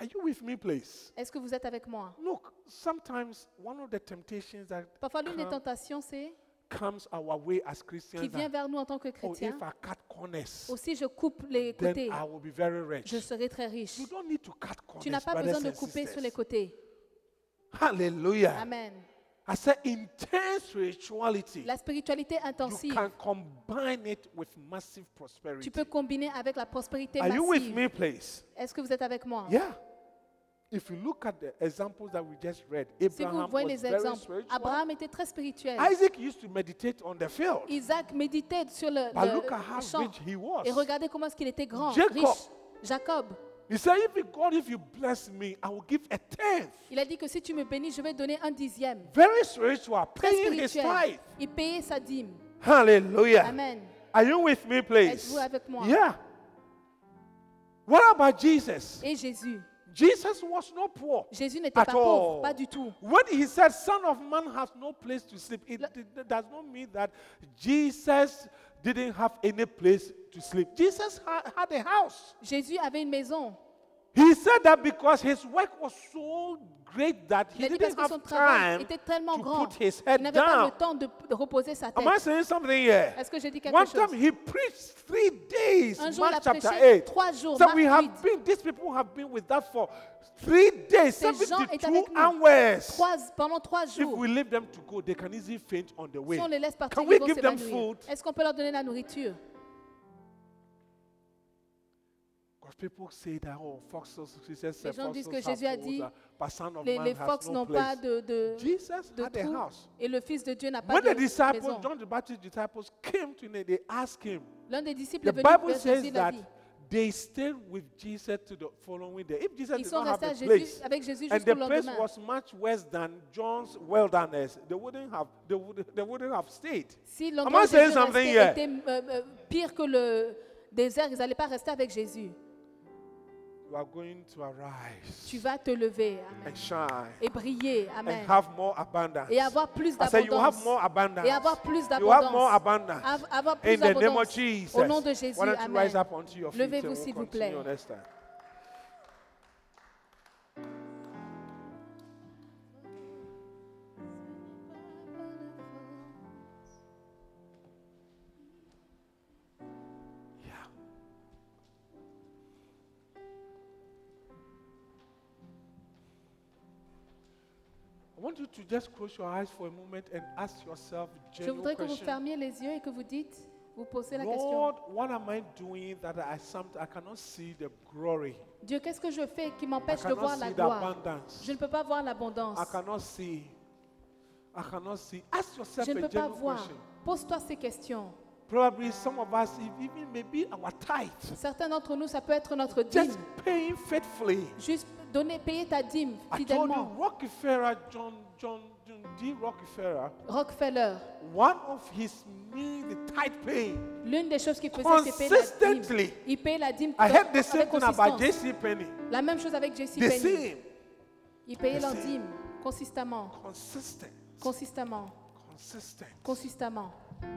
Speaker 2: Are you with me, please?
Speaker 3: Est-ce que vous êtes avec moi?
Speaker 2: Look, sometimes one of the temptations that
Speaker 3: Parfois, l'une des
Speaker 2: come-
Speaker 3: tentations, c'est
Speaker 2: comes our way as Christians
Speaker 3: qui vient
Speaker 2: that,
Speaker 3: vers nous en tant que
Speaker 2: oh,
Speaker 3: chrétiens.
Speaker 2: if I cut corners,
Speaker 3: Aussi, je coupe les
Speaker 2: then
Speaker 3: côtés.
Speaker 2: I will be very rich.
Speaker 3: Je serai très riche.
Speaker 2: You don't need to cut corners,
Speaker 3: Tu n'as pas
Speaker 2: brothers
Speaker 3: besoin de
Speaker 2: and
Speaker 3: couper sur les
Speaker 2: sisters.
Speaker 3: côtés.
Speaker 2: Hallelujah.
Speaker 3: Amen.
Speaker 2: I said intense spirituality.
Speaker 3: La spiritualité
Speaker 2: You
Speaker 3: intensive,
Speaker 2: can combine it with massive prosperity.
Speaker 3: tu peux combiner avec la prospérité
Speaker 2: Are you with me,
Speaker 3: massive.
Speaker 2: please?
Speaker 3: Est-ce que vous êtes avec moi?
Speaker 2: Yeah. If you look at the examples that we just read,
Speaker 3: Si vous
Speaker 2: Abraham
Speaker 3: voyez
Speaker 2: was
Speaker 3: les
Speaker 2: very
Speaker 3: exemples,
Speaker 2: spiritual.
Speaker 3: Abraham était très spirituel.
Speaker 2: Isaac used to meditate on the field.
Speaker 3: Isaac méditait sur le,
Speaker 2: But
Speaker 3: le-
Speaker 2: look at
Speaker 3: le
Speaker 2: how
Speaker 3: champ.
Speaker 2: rich he was.
Speaker 3: Et regardez comment est-ce qu'il était grand,
Speaker 2: Jacob.
Speaker 3: riche. Jacob.
Speaker 2: He said, "If God, if you bless me, I will give a tenth."
Speaker 3: Il a dit que si tu me bénis, je vais donner un dixième.
Speaker 2: Very spiritual,
Speaker 3: Très
Speaker 2: paying his
Speaker 3: spirituel.
Speaker 2: tithe.
Speaker 3: Il payait sa dîme.
Speaker 2: Hallelujah.
Speaker 3: Amen.
Speaker 2: Are you with me, please?
Speaker 3: Êtes-vous avec moi?
Speaker 2: Yeah. What about Jesus?
Speaker 3: Et Jésus.
Speaker 2: Jesus was not poor.
Speaker 3: Jésus n'était
Speaker 2: at
Speaker 3: pas
Speaker 2: all.
Speaker 3: pauvre, pas du tout.
Speaker 2: When he said, Son of Man has no place to sleep, it, it does not mean that Jesus didn't have any place to sleep. Jesus ha- had a house.
Speaker 3: Jésus avait une maison.
Speaker 2: He said that because his work was so great that
Speaker 3: Il
Speaker 2: he
Speaker 3: a dit
Speaker 2: didn't
Speaker 3: parce que son
Speaker 2: have
Speaker 3: travail
Speaker 2: time
Speaker 3: était tellement
Speaker 2: to
Speaker 3: grand,
Speaker 2: put his
Speaker 3: il
Speaker 2: head
Speaker 3: n'avait pas
Speaker 2: down.
Speaker 3: le temps de, de reposer sa
Speaker 2: Am I
Speaker 3: tête.
Speaker 2: saying something here?
Speaker 3: Est-ce que j'ai dit quelque
Speaker 2: One
Speaker 3: chose
Speaker 2: time he preached three days,
Speaker 3: Un
Speaker 2: Mark
Speaker 3: jour, il a
Speaker 2: chapter
Speaker 3: prêché
Speaker 2: 8.
Speaker 3: trois jours,
Speaker 2: So we
Speaker 3: Marc
Speaker 2: have been, these people have been with that for three days,
Speaker 3: Ces gens est
Speaker 2: 72
Speaker 3: avec nous
Speaker 2: hours.
Speaker 3: trois, pendant trois
Speaker 2: If
Speaker 3: jours.
Speaker 2: we leave them to go, they can easily faint on the way.
Speaker 3: Si on les laisse partir,
Speaker 2: Can
Speaker 3: ils
Speaker 2: we
Speaker 3: vont
Speaker 2: give them
Speaker 3: s'évanouir.
Speaker 2: food?
Speaker 3: Est-ce qu'on peut leur donner la nourriture
Speaker 2: Because people say that, oh, foxes, Jesus
Speaker 3: Les
Speaker 2: said,
Speaker 3: gens disent
Speaker 2: foxes
Speaker 3: que
Speaker 2: have
Speaker 3: Jésus a
Speaker 2: holes,
Speaker 3: dit,
Speaker 2: uh, but son of
Speaker 3: Les,
Speaker 2: man
Speaker 3: les
Speaker 2: has
Speaker 3: fox
Speaker 2: no
Speaker 3: n'ont
Speaker 2: place.
Speaker 3: pas de, de,
Speaker 2: Jesus
Speaker 3: de
Speaker 2: had a
Speaker 3: trou
Speaker 2: house.
Speaker 3: et le Fils de Dieu n'a pas
Speaker 2: When the
Speaker 3: de maison.
Speaker 2: disciples, John the Baptist disciples, came to him, they asked him.
Speaker 3: L'un des disciples
Speaker 2: The
Speaker 3: est venu
Speaker 2: Bible
Speaker 3: vers
Speaker 2: says
Speaker 3: Jésus et a
Speaker 2: that
Speaker 3: dit,
Speaker 2: they stayed with Jesus to the following day. If Jesus
Speaker 3: Ils
Speaker 2: did
Speaker 3: sont
Speaker 2: not have a
Speaker 3: restés à
Speaker 2: place,
Speaker 3: Jésus- avec Jésus
Speaker 2: and
Speaker 3: jusqu'au
Speaker 2: the place
Speaker 3: lendemain.
Speaker 2: was much worse than John's wilderness, they wouldn't have they would they wouldn't have stayed.
Speaker 3: si
Speaker 2: Am
Speaker 3: l'endroit
Speaker 2: I
Speaker 3: où Jésus
Speaker 2: saying something
Speaker 3: restait
Speaker 2: here?
Speaker 3: était euh, euh, pire que le désert, ils n'allaient pas rester avec Jésus.
Speaker 2: You are going to arise
Speaker 3: Tu vas te lever Amen.
Speaker 2: and shine
Speaker 3: et briller.
Speaker 2: and
Speaker 3: Amen.
Speaker 2: have more abundance.
Speaker 3: Et avoir plus
Speaker 2: I say you have
Speaker 3: d'abondance.
Speaker 2: more abundance.
Speaker 3: Et avoir plus
Speaker 2: You have more
Speaker 3: d'abondance.
Speaker 2: abundance.
Speaker 3: Av- avoir plus
Speaker 2: In the name of
Speaker 3: d'abondance.
Speaker 2: Jesus.
Speaker 3: Au nom de Jésus.
Speaker 2: Why don't you rise
Speaker 3: Amen.
Speaker 2: up onto your feet and
Speaker 3: Levez-vous,
Speaker 2: we'll
Speaker 3: s'il vous
Speaker 2: continue
Speaker 3: plaît.
Speaker 2: next time. Yeah. I want you to just close your eyes for a moment and ask yourself
Speaker 3: Je
Speaker 2: general
Speaker 3: voudrais que vous
Speaker 2: question.
Speaker 3: fermiez les yeux et que vous dites, vous posez la question.
Speaker 2: Lord, what am I doing that I some, I cannot see the glory?
Speaker 3: Dieu, qu'est-ce que je fais qui m'empêche
Speaker 2: I
Speaker 3: de
Speaker 2: cannot
Speaker 3: voir
Speaker 2: see
Speaker 3: la
Speaker 2: the
Speaker 3: gloire
Speaker 2: abundance.
Speaker 3: Je ne peux pas voir l'abondance.
Speaker 2: I cannot see. I cannot see. Ask yourself
Speaker 3: Je ne
Speaker 2: a
Speaker 3: peux pas
Speaker 2: general
Speaker 3: voir.
Speaker 2: question.
Speaker 3: Pose-toi ces questions.
Speaker 2: Probably some of us, if even maybe our tithe,
Speaker 3: Certains d'entre nous, ça peut être notre dîme.
Speaker 2: just paying faithfully.
Speaker 3: Juste donner, payer ta dîme
Speaker 2: I told you,
Speaker 3: fidèlement.
Speaker 2: Rockefeller, John, John, John D. Rockefeller,
Speaker 3: Rockefeller,
Speaker 2: one of his means, the tithe paying.
Speaker 3: l'une des choses qu'il faisait, c'est payer la dîme.
Speaker 2: Consistently.
Speaker 3: Il paye la dime
Speaker 2: I heard the same
Speaker 3: avec
Speaker 2: thing about
Speaker 3: consistance.
Speaker 2: J.C. Penny.
Speaker 3: La même chose avec Jesse
Speaker 2: The
Speaker 3: Penny.
Speaker 2: same,
Speaker 3: Il payait
Speaker 2: The
Speaker 3: leur
Speaker 2: same.
Speaker 3: dîme consistamment,
Speaker 2: consistent,
Speaker 3: consistamment,
Speaker 2: consistent.
Speaker 3: consistamment.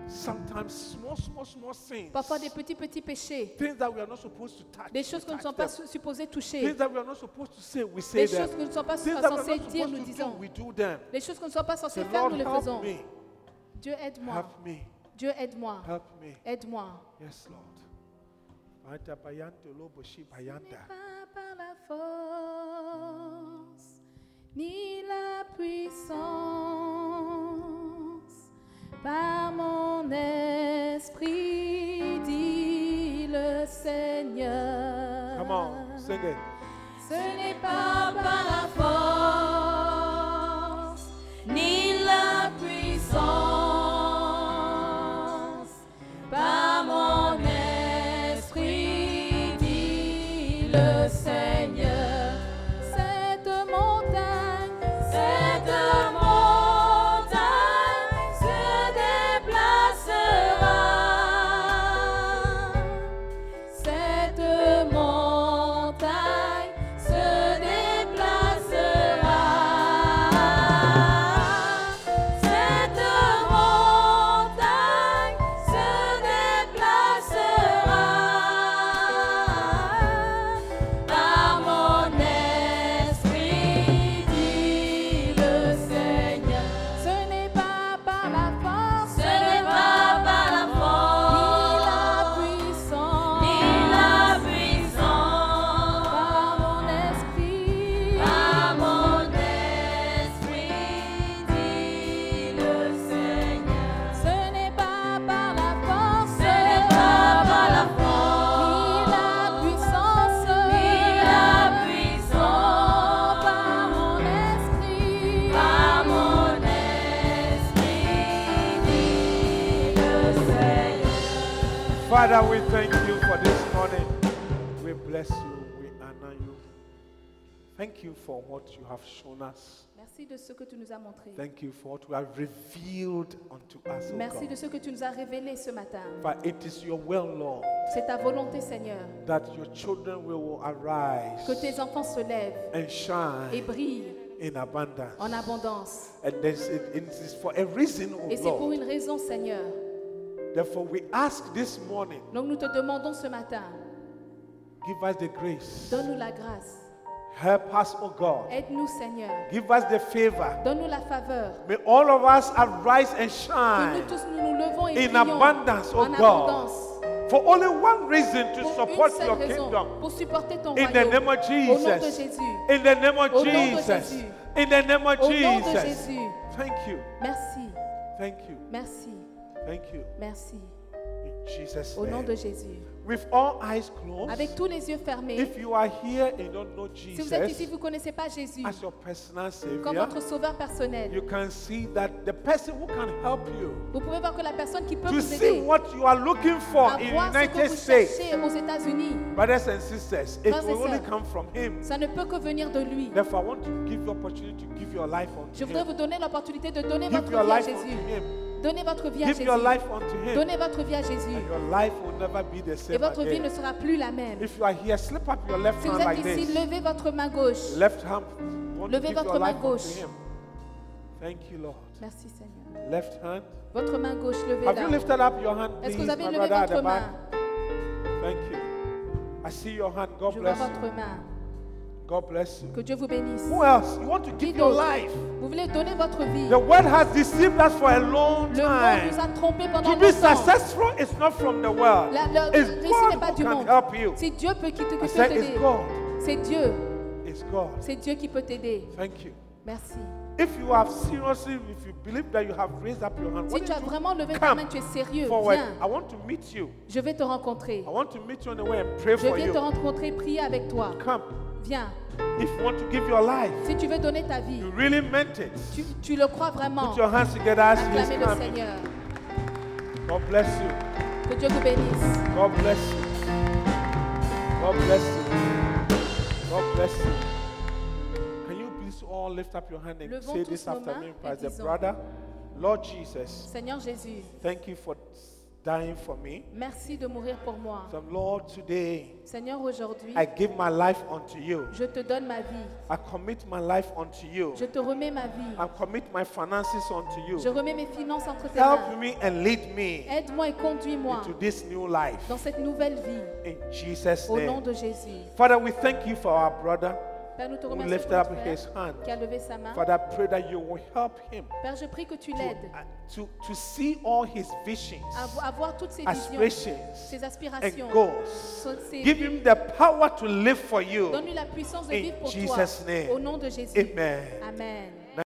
Speaker 2: Sometimes small, small, small things.
Speaker 3: Parfois des petits, petits péchés.
Speaker 2: Things that we are not supposed to touch.
Speaker 3: Des
Speaker 2: we
Speaker 3: choses que nous
Speaker 2: touch
Speaker 3: ne sommes pas
Speaker 2: them.
Speaker 3: su- supposés toucher.
Speaker 2: Things that we are not supposed to say, we say
Speaker 3: Des
Speaker 2: them.
Speaker 3: choses que nous ne sommes pas
Speaker 2: Things that we are
Speaker 3: censés
Speaker 2: not
Speaker 3: dire, nous
Speaker 2: supposed to do,
Speaker 3: disons.
Speaker 2: we do them.
Speaker 3: Les choses qu'on ne soit pas censés
Speaker 2: The
Speaker 3: faire,
Speaker 2: Lord
Speaker 3: nous les faisons.
Speaker 2: help me,
Speaker 3: Dieu aide-moi.
Speaker 2: help me,
Speaker 3: Dieu aide-moi.
Speaker 2: help me.
Speaker 3: Aide-moi.
Speaker 2: Yes, Lord. Ata bayante lobo shi bayanda.
Speaker 3: Pas par la force, ni la puissance, par mon esprit, dit le Seigneur.
Speaker 2: Come on, sing it.
Speaker 3: Ce n'est pas par la force, ni la puissance, par mon esprit, dit le Seigneur. Cette montagne, cette montagne se déplacera. Cette montagne se déplacera. Cette montagne se déplacera. Par mon esprit, dit le Seigneur. Ce n'est pas par la force, ce n'est pas par la force, ni la puissance, ni la puissance, par mon esprit, par mon esprit, dit le Seigneur. Ce n'est pas par la force, ce n'est pas par la force, ni la puissance, ni la puissance, par mon esprit, par mon esprit, dit le Seigneur.
Speaker 2: Father, we thank you for this morning. We bless you. We honor you. Thank you for what you have shown us.
Speaker 3: Merci de ce que tu nous as montré.
Speaker 2: Thank you for what you have revealed unto us. O
Speaker 3: Merci
Speaker 2: God.
Speaker 3: de ce que tu nous as révélé ce matin.
Speaker 2: But it is your will, Lord,
Speaker 3: C'est ta volonté, Seigneur,
Speaker 2: that your children will arise
Speaker 3: que tes enfants se lèvent
Speaker 2: and
Speaker 3: et
Speaker 2: shine
Speaker 3: brillent
Speaker 2: in abundance.
Speaker 3: en abondance.
Speaker 2: And this it, it is for a reason, O
Speaker 3: Et c'est pour
Speaker 2: Lord.
Speaker 3: une raison, Seigneur.
Speaker 2: Therefore, we ask this morning
Speaker 3: Donc nous te demandons ce matin
Speaker 2: Give us the grace.
Speaker 3: Donne-nous la grâce.
Speaker 2: Help us, O God.
Speaker 3: Aide-nous, Seigneur.
Speaker 2: Give us the favor.
Speaker 3: Donne-nous la faveur.
Speaker 2: May all of us arise and
Speaker 3: Que
Speaker 2: shine
Speaker 3: nous tous nous nous levons et
Speaker 2: in
Speaker 3: prions
Speaker 2: abundance, O
Speaker 3: en
Speaker 2: God,
Speaker 3: abondance.
Speaker 2: for only one reason to
Speaker 3: Pour
Speaker 2: support
Speaker 3: une seule
Speaker 2: your
Speaker 3: raison,
Speaker 2: kingdom.
Speaker 3: pour supporter ton
Speaker 2: In the
Speaker 3: royaume.
Speaker 2: name of
Speaker 3: Au nom de
Speaker 2: Jesus.
Speaker 3: Jésus.
Speaker 2: In the name of
Speaker 3: Au nom de
Speaker 2: Jesus.
Speaker 3: Jésus.
Speaker 2: In the name of
Speaker 3: Au nom de
Speaker 2: Jesus.
Speaker 3: Jésus.
Speaker 2: Thank you.
Speaker 3: Merci,
Speaker 2: Thank you.
Speaker 3: merci,
Speaker 2: Thank you.
Speaker 3: merci.
Speaker 2: In Jesus'
Speaker 3: Au nom de
Speaker 2: name.
Speaker 3: Jésus.
Speaker 2: With all eyes closed,
Speaker 3: Avec tous les yeux fermés.
Speaker 2: if you are here and don't know
Speaker 3: Si vous êtes ici,
Speaker 2: Jesus
Speaker 3: vous ne connaissez pas Jésus
Speaker 2: as your personal
Speaker 3: comme
Speaker 2: Savior,
Speaker 3: votre sauveur
Speaker 2: you
Speaker 3: personnel.
Speaker 2: can see that the person who can help you
Speaker 3: Vous pouvez voir que la personne qui peut
Speaker 2: to
Speaker 3: vous
Speaker 2: see
Speaker 3: aider
Speaker 2: what you are looking for
Speaker 3: à
Speaker 2: in
Speaker 3: voir ce que
Speaker 2: United
Speaker 3: vous
Speaker 2: States.
Speaker 3: cherchez aux États-Unis,
Speaker 2: Brothers and sisters, it
Speaker 3: Frères et
Speaker 2: will only
Speaker 3: sœurs.
Speaker 2: come from Him.
Speaker 3: ça ne peut que venir de lui.
Speaker 2: Therefore, I want to give you opportunity to give your life
Speaker 3: Je
Speaker 2: unto
Speaker 3: voudrais vous
Speaker 2: Him.
Speaker 3: donner l'opportunité de donner
Speaker 2: Give
Speaker 3: votre vie
Speaker 2: your
Speaker 3: à
Speaker 2: life unto
Speaker 3: Jésus.
Speaker 2: Him.
Speaker 3: Donnez votre vie à
Speaker 2: Give your
Speaker 3: Jésus.
Speaker 2: life unto Him.
Speaker 3: Donnez votre vie à Jésus.
Speaker 2: And your life will never be the
Speaker 3: Et
Speaker 2: same
Speaker 3: votre vie ne
Speaker 2: again.
Speaker 3: sera plus la même.
Speaker 2: If you are here, slip up your left
Speaker 3: Si vous
Speaker 2: hand like
Speaker 3: êtes ici,
Speaker 2: this.
Speaker 3: levez votre main gauche.
Speaker 2: Left hand. You want to
Speaker 3: Levez
Speaker 2: give your
Speaker 3: votre main
Speaker 2: life
Speaker 3: gauche.
Speaker 2: unto Him. Thank you, Lord.
Speaker 3: Merci Seigneur.
Speaker 2: Left hand.
Speaker 3: Votre main gauche,
Speaker 2: Have you
Speaker 3: levez-la.
Speaker 2: lifted up your hand, please,
Speaker 3: Est-ce que vous avez
Speaker 2: my
Speaker 3: levé
Speaker 2: brother at the
Speaker 3: votre
Speaker 2: back?
Speaker 3: main
Speaker 2: Thank you. I see your hand. God
Speaker 3: Je vois
Speaker 2: bless you.
Speaker 3: votre main.
Speaker 2: God bless you.
Speaker 3: Que Dieu vous bénisse.
Speaker 2: Who else? You want to
Speaker 3: Qui
Speaker 2: give your
Speaker 3: d'autre
Speaker 2: life.
Speaker 3: Vous voulez donner votre vie.
Speaker 2: The world has deceived us for a long
Speaker 3: Le monde nous
Speaker 2: time.
Speaker 3: a trompés pendant
Speaker 2: To be
Speaker 3: longtemps.
Speaker 2: successful is not from the world.
Speaker 3: La- la-
Speaker 2: It's
Speaker 3: le réussite n'est pas
Speaker 2: God who
Speaker 3: du
Speaker 2: can
Speaker 3: monde.
Speaker 2: help you.
Speaker 3: C'est Dieu peut- qui te- qui
Speaker 2: I
Speaker 3: peut
Speaker 2: said it's
Speaker 3: t'aider.
Speaker 2: God.
Speaker 3: C'est Dieu.
Speaker 2: It's God.
Speaker 3: C'est Dieu qui peut t'aider.
Speaker 2: Thank you.
Speaker 3: Merci.
Speaker 2: If you have seriously, if you believe that you have raised up your hand,
Speaker 3: Si
Speaker 2: why
Speaker 3: tu as
Speaker 2: don't
Speaker 3: vraiment levé
Speaker 2: you
Speaker 3: ta main, tu es
Speaker 2: come
Speaker 3: sérieux.
Speaker 2: forward? I
Speaker 3: Viens.
Speaker 2: want to meet you.
Speaker 3: Je vais te rencontrer.
Speaker 2: I want to meet you on the way and pray
Speaker 3: Je
Speaker 2: for
Speaker 3: vais te
Speaker 2: you.
Speaker 3: rencontrer, prier avec toi.
Speaker 2: Come.
Speaker 3: Viens.
Speaker 2: If you want to give your life,
Speaker 3: Si tu veux donner ta vie,
Speaker 2: you really meant it.
Speaker 3: tu, tu le crois vraiment.
Speaker 2: Put your hands together as he
Speaker 3: Acclamez
Speaker 2: is
Speaker 3: le
Speaker 2: coming.
Speaker 3: Seigneur.
Speaker 2: God bless you.
Speaker 3: Que Dieu vous bénisse.
Speaker 2: God bless you. God bless you. God bless you. Can you please all lift up your hand and
Speaker 3: Levons
Speaker 2: say
Speaker 3: tous
Speaker 2: this
Speaker 3: nos
Speaker 2: after
Speaker 3: mains
Speaker 2: me,
Speaker 3: et
Speaker 2: Pastor
Speaker 3: disons.
Speaker 2: Brother? Lord Jesus,
Speaker 3: Seigneur Jésus,
Speaker 2: thank you for dying for me.
Speaker 3: merci de mourir pour moi.
Speaker 2: So, Lord, today
Speaker 3: Seigneur, aujourd'hui,
Speaker 2: I give my life unto you.
Speaker 3: je te donne ma vie.
Speaker 2: I commit my life unto you.
Speaker 3: Je te remets ma vie.
Speaker 2: I commit my finances unto
Speaker 3: Je
Speaker 2: you.
Speaker 3: remets mes finances entre tes
Speaker 2: Help
Speaker 3: mains.
Speaker 2: me and lead me
Speaker 3: Aide-moi et conduis-moi
Speaker 2: into this new life.
Speaker 3: dans cette nouvelle vie.
Speaker 2: In Jesus'
Speaker 3: Au nom
Speaker 2: name.
Speaker 3: de Jésus.
Speaker 2: Father, we thank you for our brother.
Speaker 3: Père, nous te
Speaker 2: who
Speaker 3: remercions
Speaker 2: lifted
Speaker 3: pour
Speaker 2: up
Speaker 3: notre
Speaker 2: his
Speaker 3: frère
Speaker 2: hand.
Speaker 3: qui a levé sa main.
Speaker 2: Father, I pray that you will help him
Speaker 3: Père, je prie que tu
Speaker 2: to,
Speaker 3: l'aides
Speaker 2: uh, to, to see all his visions,
Speaker 3: à vo- à voir toutes ses visions,
Speaker 2: aspirations,
Speaker 3: ses
Speaker 2: and
Speaker 3: aspirations.
Speaker 2: goals.
Speaker 3: Son- ses-
Speaker 2: Give him the power to live for you.
Speaker 3: Donne-lui la puissance de
Speaker 2: In
Speaker 3: vivre pour
Speaker 2: Jesus'
Speaker 3: toi.
Speaker 2: name.
Speaker 3: Au nom de Jésus.
Speaker 2: Amen.
Speaker 3: Amen.